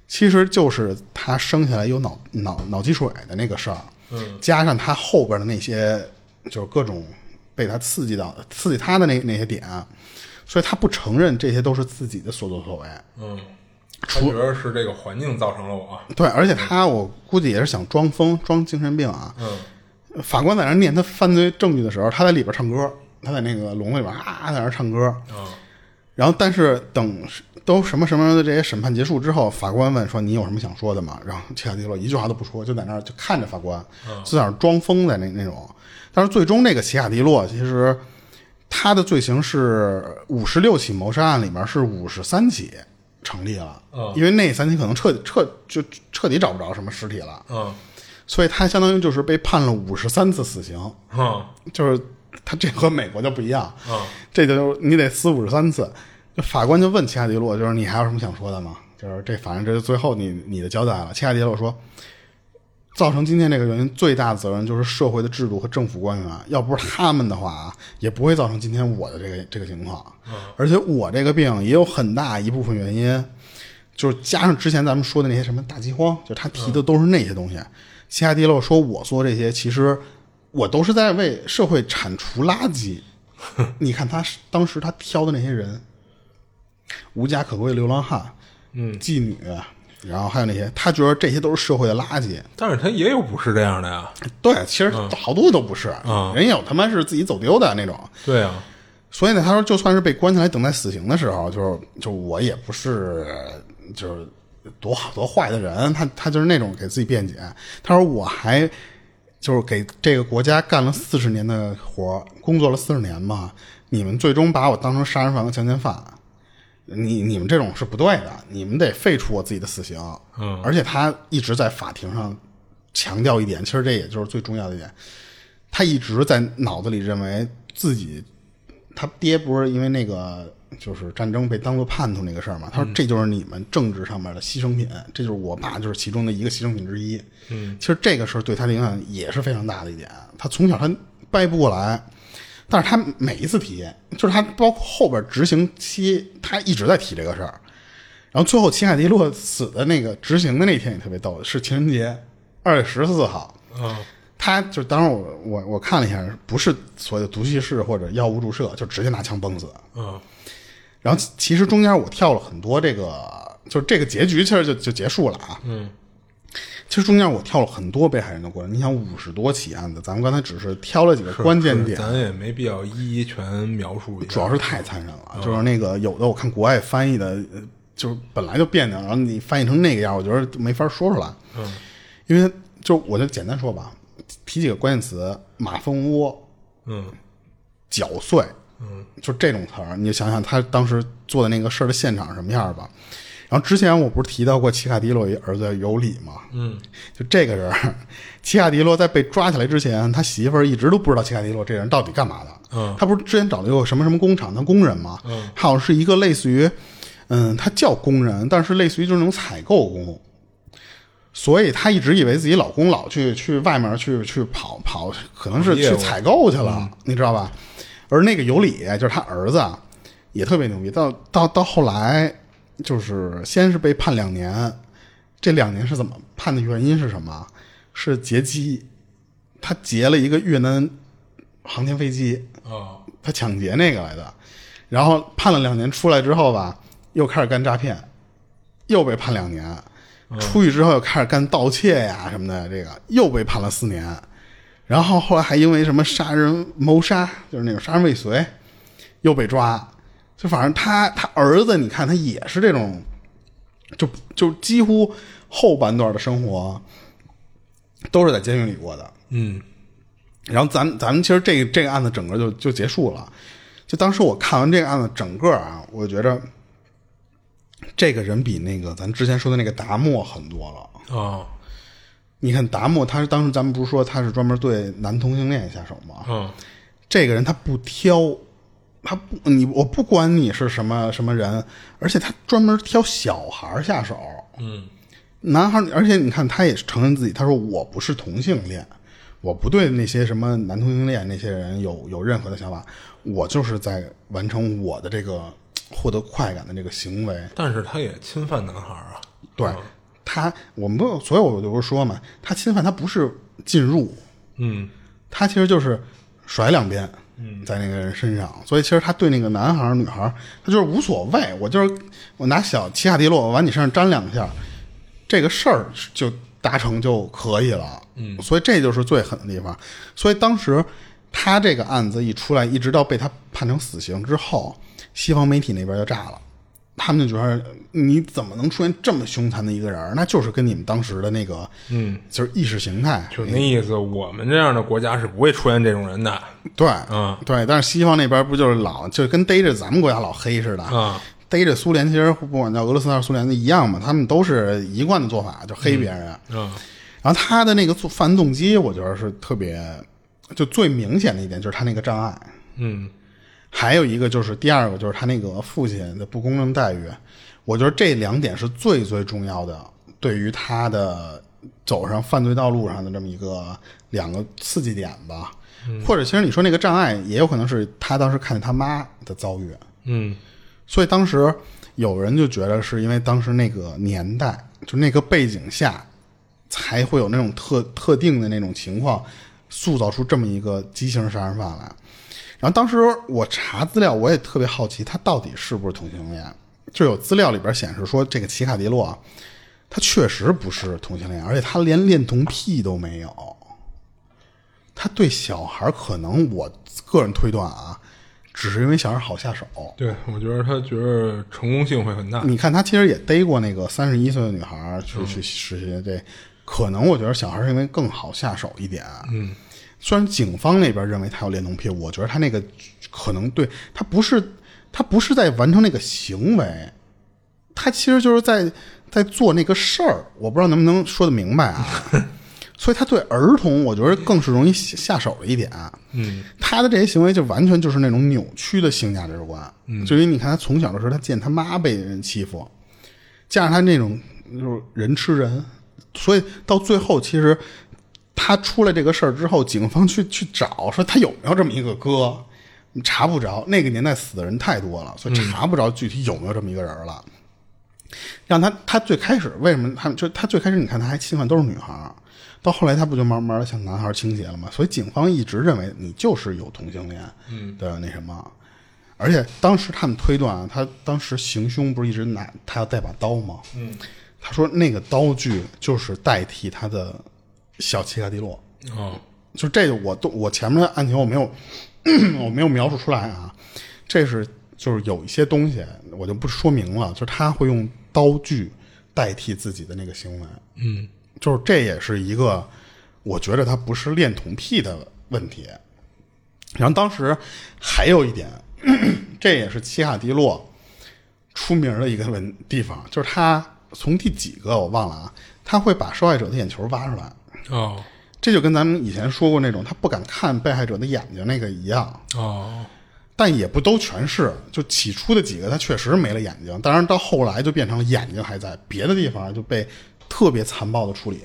B: 其实就是他生下来有脑脑脑积水的那个事儿，嗯，加上他后边的那些就是各种被他刺激到刺激他的那那些点，啊所以他不承认这些都是自己的所作所为。
C: 嗯，他觉得是这个环境造成了我，啊
B: 对，而且他我估计也是想装疯装精神病啊。
C: 嗯
B: 法官在那儿念他犯罪证据的时候，他在里边唱歌，他在那个笼子里边啊在那儿唱歌。
C: 嗯
B: 然后，但是等都什么什么的这些审判结束之后，法官问说：“你有什么想说的吗？”然后切卡迪洛一句话都不说，就在那儿就看着法官，就在那儿装疯在那那种。但是最终这个奇卡迪洛其实他的罪行是五十六起谋杀案里面是五十三起成立了，
C: 嗯
B: 因为那三起可能彻彻就彻底找不着什么尸体了，
C: 嗯
B: 所以他相当于就是被判了五十三次死刑，
C: 嗯
B: 就是他这和美国就不一样，
C: 嗯
B: 这就你得撕五十三次。就法官就问齐亚迪洛，就是你还有什么想说的吗？就是这，反正这是最后你你的交代了。齐亚迪洛说，造成今天这个原因最大的责任就是社会的制度和政府官员，啊要不是他们的话啊，也不会造成今天我的这个这个情况。而且我这个病也有很大一部分原因，就是加上之前咱们说的那些什么大饥荒，就他提的都是那些东西。西亚迪洛说我做这些，其实我都是在为社会铲除垃圾。 你看他是当时他挑的那些人，无家可归的流浪汉，嗯，妓女，然后还有那些，他觉得这些都是社会的垃圾。
C: 但是他也有不是这样的呀，
B: 对，其实好多都不是，
C: 嗯
B: 人有他妈是自己走丢的那种。
C: 对啊，
B: 所以呢，他说就算是被关起来等待死刑的时候，就是就我也不是就是多好多坏的人，他他就是那种给自己辩解。他说我还就是给这个国家干了四十年的活儿，工作了四十年嘛，你们最终把我当成杀人犯和强奸犯。你你们这种是不对的，你们得废除我自己的死刑。
C: 嗯
B: 而且他一直在法庭上强调一点，其实这也就是最重要的一点，他一直在脑子里认为自己他爹不是因为那个就是战争被当做叛徒那个事儿嘛，他说这就是你们政治上面的牺牲品，这就是我爸就是其中的一个牺牲品之一。嗯，其实这个事儿对他的影响也是非常大的一点，他从小他掰不过来。但是他每一次提，就是他包括后边执行期，他一直在提这个事儿。然后最后秦海迪洛死的那个执行的那天也特别逗，是情人节，二月十四号。
C: 啊，
B: 他就当时我我我看了一下，不是所谓的毒气室或者药物注射，就直接拿枪崩死。
C: 嗯，
B: 然后其其实中间我跳了很多这个，就是这个结局其实就就结束了啊。嗯，其实中间我跳了很多被害人的过程。你想五十多起案子，咱们刚才只是挑了几个关键点，
C: 咱也没必要一一全描述一下。
B: 主要是嗯太残忍了。就是那个有的我看国外翻译的，呃就是本来就别扭，然后你翻译成那个样，我觉得就没法说出来。嗯，因为就我就简单说吧，提几个关键词：马蜂窝、
C: 嗯
B: 绞碎，嗯，就这种词儿，你就想想他当时做的那个事儿的现场是什么样儿吧。然后之前我不是提到过奇卡迪洛一儿子叫尤里吗？
C: 嗯，
B: 就这个人儿，奇卡迪洛在被抓起来之前，他媳妇儿一直都不知道奇卡迪洛这人到底干嘛的。
C: 嗯，
B: 他不是之前找了一个什么什么工厂当工人吗？嗯，他好像是一个类似于，嗯，他叫工人，但是类似于就是那种采购工。所以她一直以为自己老公老去去外面去去跑跑，可能是
C: 跑业
B: 去
C: 务嗯
B: 采购去了，你知道吧？而那个尤里就是他儿子啊，也特别牛逼。到到到后来，就是先是被判两年，这两年是怎么判的？原因是什么？是劫机，他劫了一个越南航天飞机，
C: 啊，
B: 他抢劫那个来的，然后判了两年，出来之后吧，又开始干诈骗，又被判两年，出去之后又开始干盗窃呀什么的，这个又被判了四年，然后后来还因为什么杀人谋杀，就是那种杀人未遂，又被抓，就反正他他儿子，你看他也是这种，就就几乎后半段的生活都是在监狱里过的，
C: 嗯
B: 然后咱们咱们其实这个这个案子整个就就结束了。就当时我看完这个案子整个啊，我觉着这个人比那个咱之前说的那个达莫很多了。
C: 啊
B: 你看达莫，他是当时咱们不是说他是专门对男同性恋下手吗？
C: 啊
B: 这个人他不挑，他不你我不管你是什么什么人，而且他专门挑小孩儿下手。
C: 嗯
B: 男孩儿，而且你看，他也是承认自己，他说我不是同性恋，我不对那些什么男同性恋那些人有有任何的想法，我就是在完成我的这个嘖获得快感的这个行为。
C: 但是他也侵犯男孩儿啊。
B: 对、他，我们不，所以我就不是说嘛，他侵犯他不是进入，
C: 嗯
B: 他其实就是甩两边，在那个人身上，所以其实他对那个男孩儿、女孩儿，他就是无所谓，我就是我拿小奇亚迪洛往你身上沾两下，这个事儿就达成就可以了。嗯，所以这就是最狠的地方。所以当时他这个案子一出来，一直到被他判成死刑之后，西方媒体那边就炸了。他们就觉得你怎么能出现这么凶残的一个人儿？那就是跟你们当时的那个，嗯，就是意识形态，
C: 就那意思，我们这样的国家是不会出现这种人的。
B: 对，
C: 嗯，
B: 对，但是西方那边不就是老就跟逮着咱们国家老黑似的
C: 啊，
B: 逮着苏联，其实不管叫俄罗斯还是苏联的一样嘛，他们都是一贯的做法，就黑别人。啊
C: 嗯
B: 然后他的那个做犯动机，我觉得是特别，就最明显的一点就是他那个障碍，
C: 嗯
B: 还有一个就是第二个就是他那个父亲的不公正待遇，我觉得这两点是最最重要的，对于他的走上犯罪道路上的这么一个两个刺激点吧。或者其实你说那个障碍，也有可能是他当时看见他妈的遭遇，
C: 嗯
B: 所以当时有人就觉得是因为当时那个年代，就那个背景下，才会有那种特特定的那种情况，塑造出这么一个畸形杀人犯来。然后当时我查资料，我也特别好奇他到底是不是同性恋。就有资料里边显示说，这个奇卡迪洛啊，他确实不是同性恋，而且他连恋童癖都没有。他对小孩儿可能我个人推断啊，只是因为小孩儿好下手。
C: 对，我觉得他觉得成功性会很大。
B: 你看他其实也逮过那个三十一岁的女孩儿去去实习，这可能我觉得小孩儿是因为更好下手一点。嗯，虽然警方那边认为他有恋童癖，我觉得他那个可能对他不是他不是在完成那个行为，他其实就是在在做那个事儿。我不知道能不能说得明白啊。所以他对儿童，我觉得更是容易下下手的一点。啊
C: 嗯
B: 他的这些行为就完全就是那种扭曲的性价值观。嗯，就因为你看他从小的时候，他见他妈被人欺负，加上他那种就是人吃人，所以到最后其实他出来这个事儿之后，警方去去找说他有没有这么一个哥，查不着。那个年代死的人太多了，所以查不着具体有没有这么一个人了。让他他最开始为什么他就他最开始你看他还侵犯都是女孩儿，到后来他不就慢慢的向男孩儿倾斜了吗？所以警方一直认为你就是有同性恋的那什么，而且当时他们推断啊，他当时行凶不是一直拿他要带把刀吗？嗯，他说那个刀具就是代替他的小切卡迪洛，
C: 哦，
B: 就这个我都我前面的案情我没有 我没有描述出来啊，这是就是有一些东西我就不说明了，就是他会用刀具代替自己的那个行为，
C: 嗯
B: 就是这也是一个我觉得他不是恋童癖的问题。然后当时还有一点， 这也是奇卡迪洛出名的一个问地方，就是他从第几个我忘了啊，他会把受害者的眼球挖出来。
C: 哦
B: 这就跟咱们以前说过那种他不敢看被害者的眼睛那个一样，
C: 哦
B: 但也不都全是。就起初的几个，他确实没了眼睛，当然到后来就变成了眼睛还在，别的地方就被特别残暴的处理。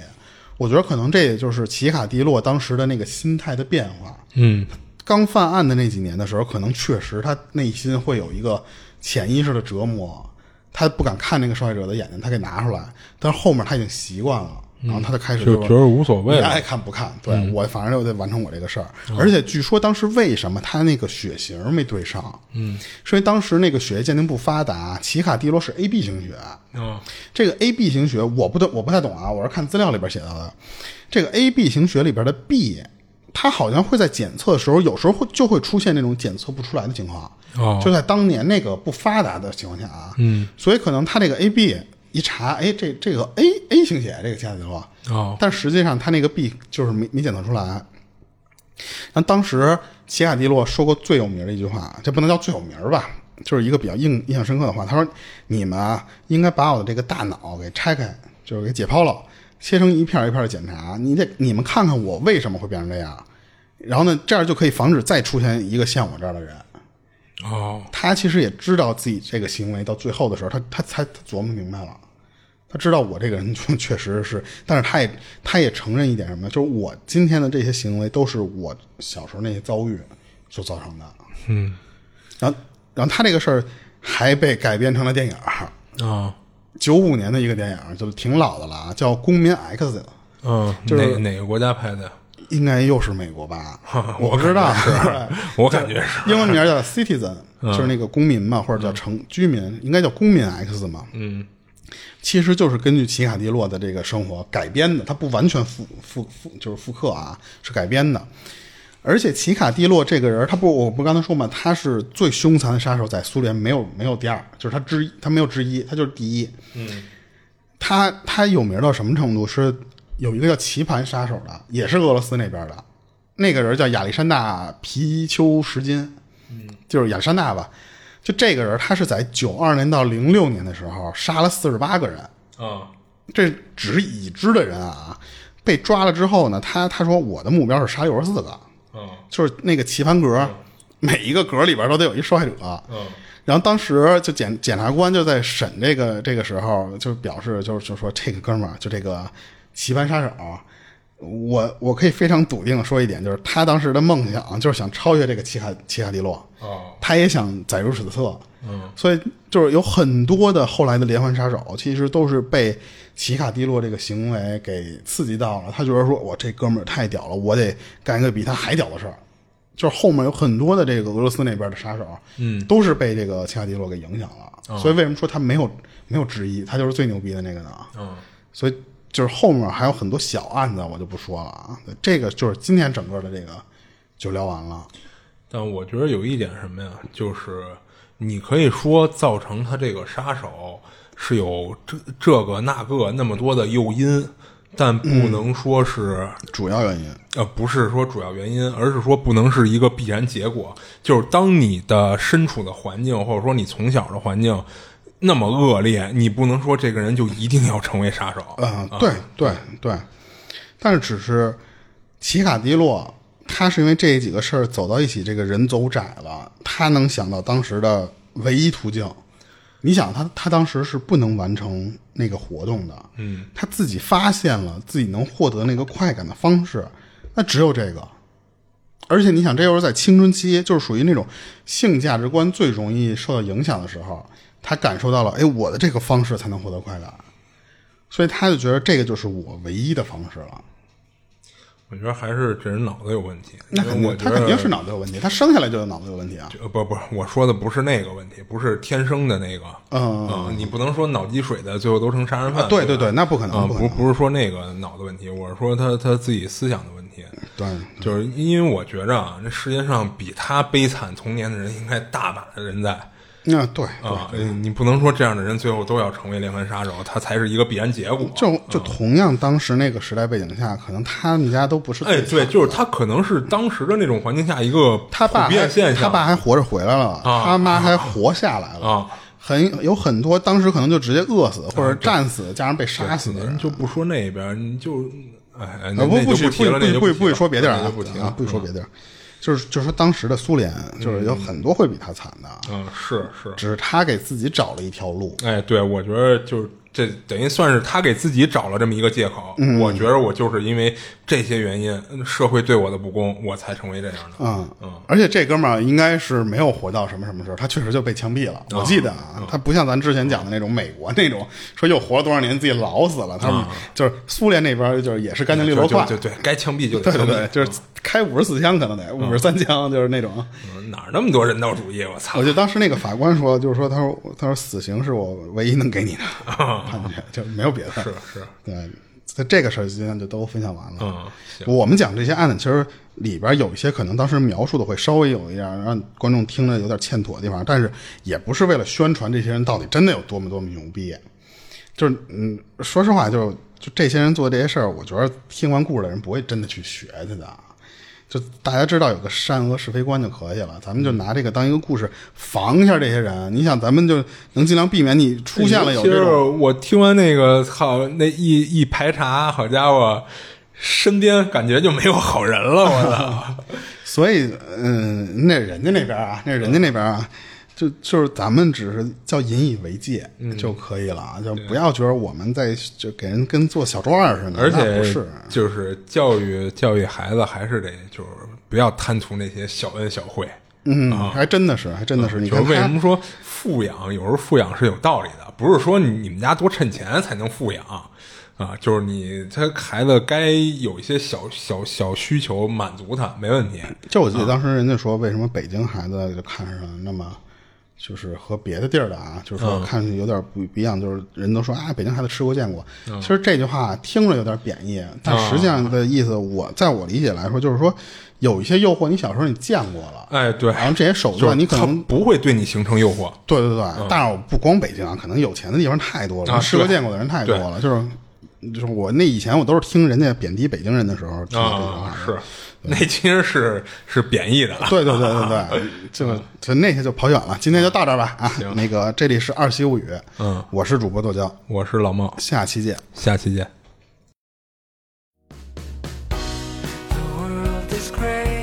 B: 我觉得可能这也就是奇卡迪洛当时的那个心态的变化。
C: 嗯
B: 刚犯案的那几年的时候，可能确实他内心会有一个潜意识的折磨，他不敢看那个受害者的眼睛，他给拿出来，但是后面他已经习惯了，然后他就开始
C: 嗯就
B: 说
C: 觉得无所谓
B: 你
C: 了嗯
B: 爱看不看，对、我反正我得完成我这个事儿。而且据说当时为什么他那个血型没对上？嗯，是因为当时那个血液鉴定不发达，奇卡蒂罗是 AB 型血，
C: 哦
B: 这个 A B 型血，我不对，我不太懂啊，我是看资料里边写到的。这个 A B 型血里边的 B，它好像会在检测的时候，有时候会就会出现那种检测不出来的情况，
C: 哦
B: 就在当年那个不发达的情况下啊，嗯，所以可能它这个 A B 一查，哎，这这个 A A 型血这个价值了，
C: 哦
B: 但实际上它那个 B 就是没没检测出来。那当时奇卡蒂洛说过最有名的一句话，这不能叫最有名儿吧，就是一个比较印印象深刻的话。他说：“你们啊，应该把我的这个大脑给拆开，就是给解剖了，切成一片儿一片儿的检查。你得你们看看我为什么会变成这样，然后呢，这样就可以防止再出现一个像我这样的人。”
C: 哦
B: 他其实也知道自己这个行为到最后的时候，他他才他琢磨明白了，他知道我这个人 确确实是，但是他也他也承认一点什么，就是我今天的这些行为都是我小时候那些遭遇所造成的。
C: 嗯
B: 然后然后他这个事儿还被改编成了电影儿，
C: 哦
B: 九五年的一个电影儿，就是挺老的了啊，叫《公民 X》。
C: 嗯，
B: 就是
C: 哪哪个国家拍的？
B: 应该又是美国 吧？我不知道，
C: 我感觉是
B: 英文名叫 citizen，、就是那个公民嘛，或者叫城居民，应该叫公民 X 嘛。嗯，其实就是根据奇卡蒂洛的这个生活改编的，它不完全复复复就是复刻啊，是改编的。而且奇卡蒂洛这个人，他不，我不刚才说嘛，他是最凶残的杀手，在苏联没有没有第二，就是他之一，他没有之一，他就是第一。嗯，他他有名到什么程度？是有一个叫棋盘杀手的，也是俄罗斯那边的，那个人叫亚历山大皮丘什金，就是亚历山大吧。就这个人，他是在九二年到零六年的时候杀了四十八个人，
C: 啊
B: 这只是已知的人啊。被抓了之后呢，他他说我的目标是杀六十四个，
C: 嗯
B: 就是那个棋盘格，每一个格里边都得有一受害者。
C: 嗯
B: 然后当时就检检察官就在审这个这个时候，就表示就是就说这个哥们儿啊就这个棋盘杀手，啊我我可以非常笃定的说一点，就是他当时的梦想就是想超越这个奇卡奇卡迪洛，
C: 哦
B: 他也想载入史册，
C: 嗯，
B: 所以就是有很多的后来的连环杀手，其实都是被奇卡蒂洛这个行为给刺激到了。他觉得说，我这哥们儿太屌了，我得干一个比他还屌的事儿。就是后面有很多的这个俄罗斯那边的杀手，嗯，都是被这个奇卡蒂洛给影响了。所以为什么说他没有没有之一，他就是最牛逼的那个呢？
C: 嗯
B: 所以就是后面还有很多小案子，我就不说了啊。这个就是今天整个的这个就聊完了。
C: 但我觉得有一点什么呀，就是你可以说造成他这个杀手是有这这个那个那么多的诱因，但不能说是、
B: 主要原因，
C: 呃不是说主要原因，而是说不能是一个必然结果。就是当你的身处的环境，或者说你从小的环境那么恶劣，你不能说这个人就一定要成为杀手。
B: 呃啊，对对对，但是只是奇卡迪洛，他是因为这几个事儿走到一起，这个人走窄了，他能想到当时的唯一途径。你想他，他当时是不能完成那个活动的，嗯，他自己发现了自己能获得那个快感的方式，那只有这个。而且你想，这又是在青春期，就是属于那种性价值观最容易受到影响的时候，他感受到了，哎，我的这个方式才能获得快感，所以他就觉得这个就是我唯一的方式了。
C: 我觉得还是这人脑子有问题。
B: 那
C: 因
B: 肯
C: 为
B: 定
C: 我，觉
B: 他
C: 得
B: 肯定是脑子有问题，他生下来就有脑子有问题啊。
C: 呃，不不，我说的不是那个问题，不是天生的那个。
B: 嗯
C: 啊你不能说脑积水的最后都成杀人犯。
B: 对
C: 对
B: 对对，那不可能，
C: 啊、
B: 不可
C: 不
B: 能，
C: 不是说那个脑子问题，我是说他他自己思想的问题。
B: 对，
C: 就是因为我觉着啊，这世界上比他悲惨童年的人应该大把的人在
B: 那对对，
C: 啊、呃你不能说这样的人最后都要成为连环杀手，他才是一个必然结果。
B: 就就同样当时那个时代背景下，可能他们家都不是
C: 哎，
B: 最
C: 对，
B: 惨
C: 就是他可能是当时的那种环境下一个
B: 他爸
C: 普遍
B: 还
C: 现象。
B: 他爸还活着回来了，
C: 啊
B: 他妈还活下来了，
C: 啊
B: 很有很多当时可能就直接饿死或者战死，加上被杀死的人
C: 您。就不说那边，你就哎哎，那
B: 呃不
C: 那
B: 不
C: 就
B: 许
C: 不提了，那
B: 不
C: 就
B: 不
C: 提
B: 不许
C: 了
B: 说别地儿
C: 那
B: 啊
C: 就不提
B: 啊
C: 了，嗯
B: 不许说别地儿，就是就是说当时的苏联就是有很多会比他惨的，
C: 嗯，是是，
B: 只是他给自己找了一条路。
C: 哎，对，我觉得就是这等于算是他给自己找了这么一个借口。
B: 嗯
C: 我觉得我就是因为这些原因，嗯社会对我的不公，我才成为这样的。
B: 嗯，而且这哥们儿应该是没有活到什么什么时候，他确实就被枪毙了。我记得
C: 嗯
B: 啊，他不像咱之前讲的那种美国那种，说又活了多少年自己老死了，他们就是苏联那边儿就是也是干净利落
C: 嗯就
B: 快
C: 就，就对该枪毙就得
B: 对
C: 枪
B: 对对，
C: 毙，
B: 就是开五十四枪可能得五十三枪，就是那种。
C: 嗯哪儿那么多人道主义？我操
B: 我！记得当时那个法官说，就是说，他说他说死刑是我唯一能给你的判决，就没有别的。
C: 嗯是是，
B: 对，在这个事儿今天就都分享完了。
C: 嗯，行，
B: 我们讲这些案子，其实里边有一些可能当时描述的会稍微有一点让观众听着有点欠妥的地方，但是也不是为了宣传这些人到底真的有多么多么牛逼。就是嗯，说实话，就就这些人做这些事儿，我觉得听完故事的人不会真的去学去的。就大家知道有个善恶是非观就可以了，咱们就拿这个当一个故事防一下这些人。你想，咱们就能尽量避免你 出现了有
C: 其
B: 这
C: 实
B: 种
C: 我听完那个操，那一一排查，好家伙，身边感觉就没有好人了，我 操！
B: 所以，嗯，那人家那边啊，那人家那边啊，就就是咱们只是叫引以为戒、
C: 嗯
B: 就可以了啊，就不要觉得我们在就给人跟做小庄儿似的，
C: 而
B: 那不
C: 且
B: 是，
C: 就是教育教育孩子，还是得就是不要贪图那些小恩小惠。
B: 嗯，还真的是，还真的是，你
C: 啊就
B: 看
C: 是为什
B: 他
C: 么说富养，有时候富养是有道理的，不是说你你们家多趁钱才能富养啊，就是你他孩子该有一些小小小需求满足他没问题。
B: 就我记得
C: 啊
B: 当时人家说，为什么北京孩子就看上那么，就是和别的地儿的啊，就是
C: 嗯
B: 说看上去有点不不一样，就是人都说啊，北京孩子吃过见过。
C: 嗯
B: 其实这句话听着有点贬义，但实际上的意思，我在我理解来说，就是说有一些诱惑，你小时候你见过了，
C: 哎，对，
B: 然后这些手
C: 就是
B: 段你可
C: 他
B: 能。
C: 不会对你形成诱惑。
B: 对对对，但是我不光北京啊，可能有钱的地方太多了，
C: 啊
B: 吃过
C: 对
B: 见过的人太多了。就是就是我那以前我都是听人家贬低北京人的时候听的这句话
C: 啊，是，那其实是是贬义的 了。
B: 对对对对对，就就那些就跑远了，今天就到这儿吧啊。那个这里是二七物语，
C: 嗯，
B: 我是主播豆椒，
C: 我是老猫，
B: 下期见。
C: 下期见。
A: The world is crazy.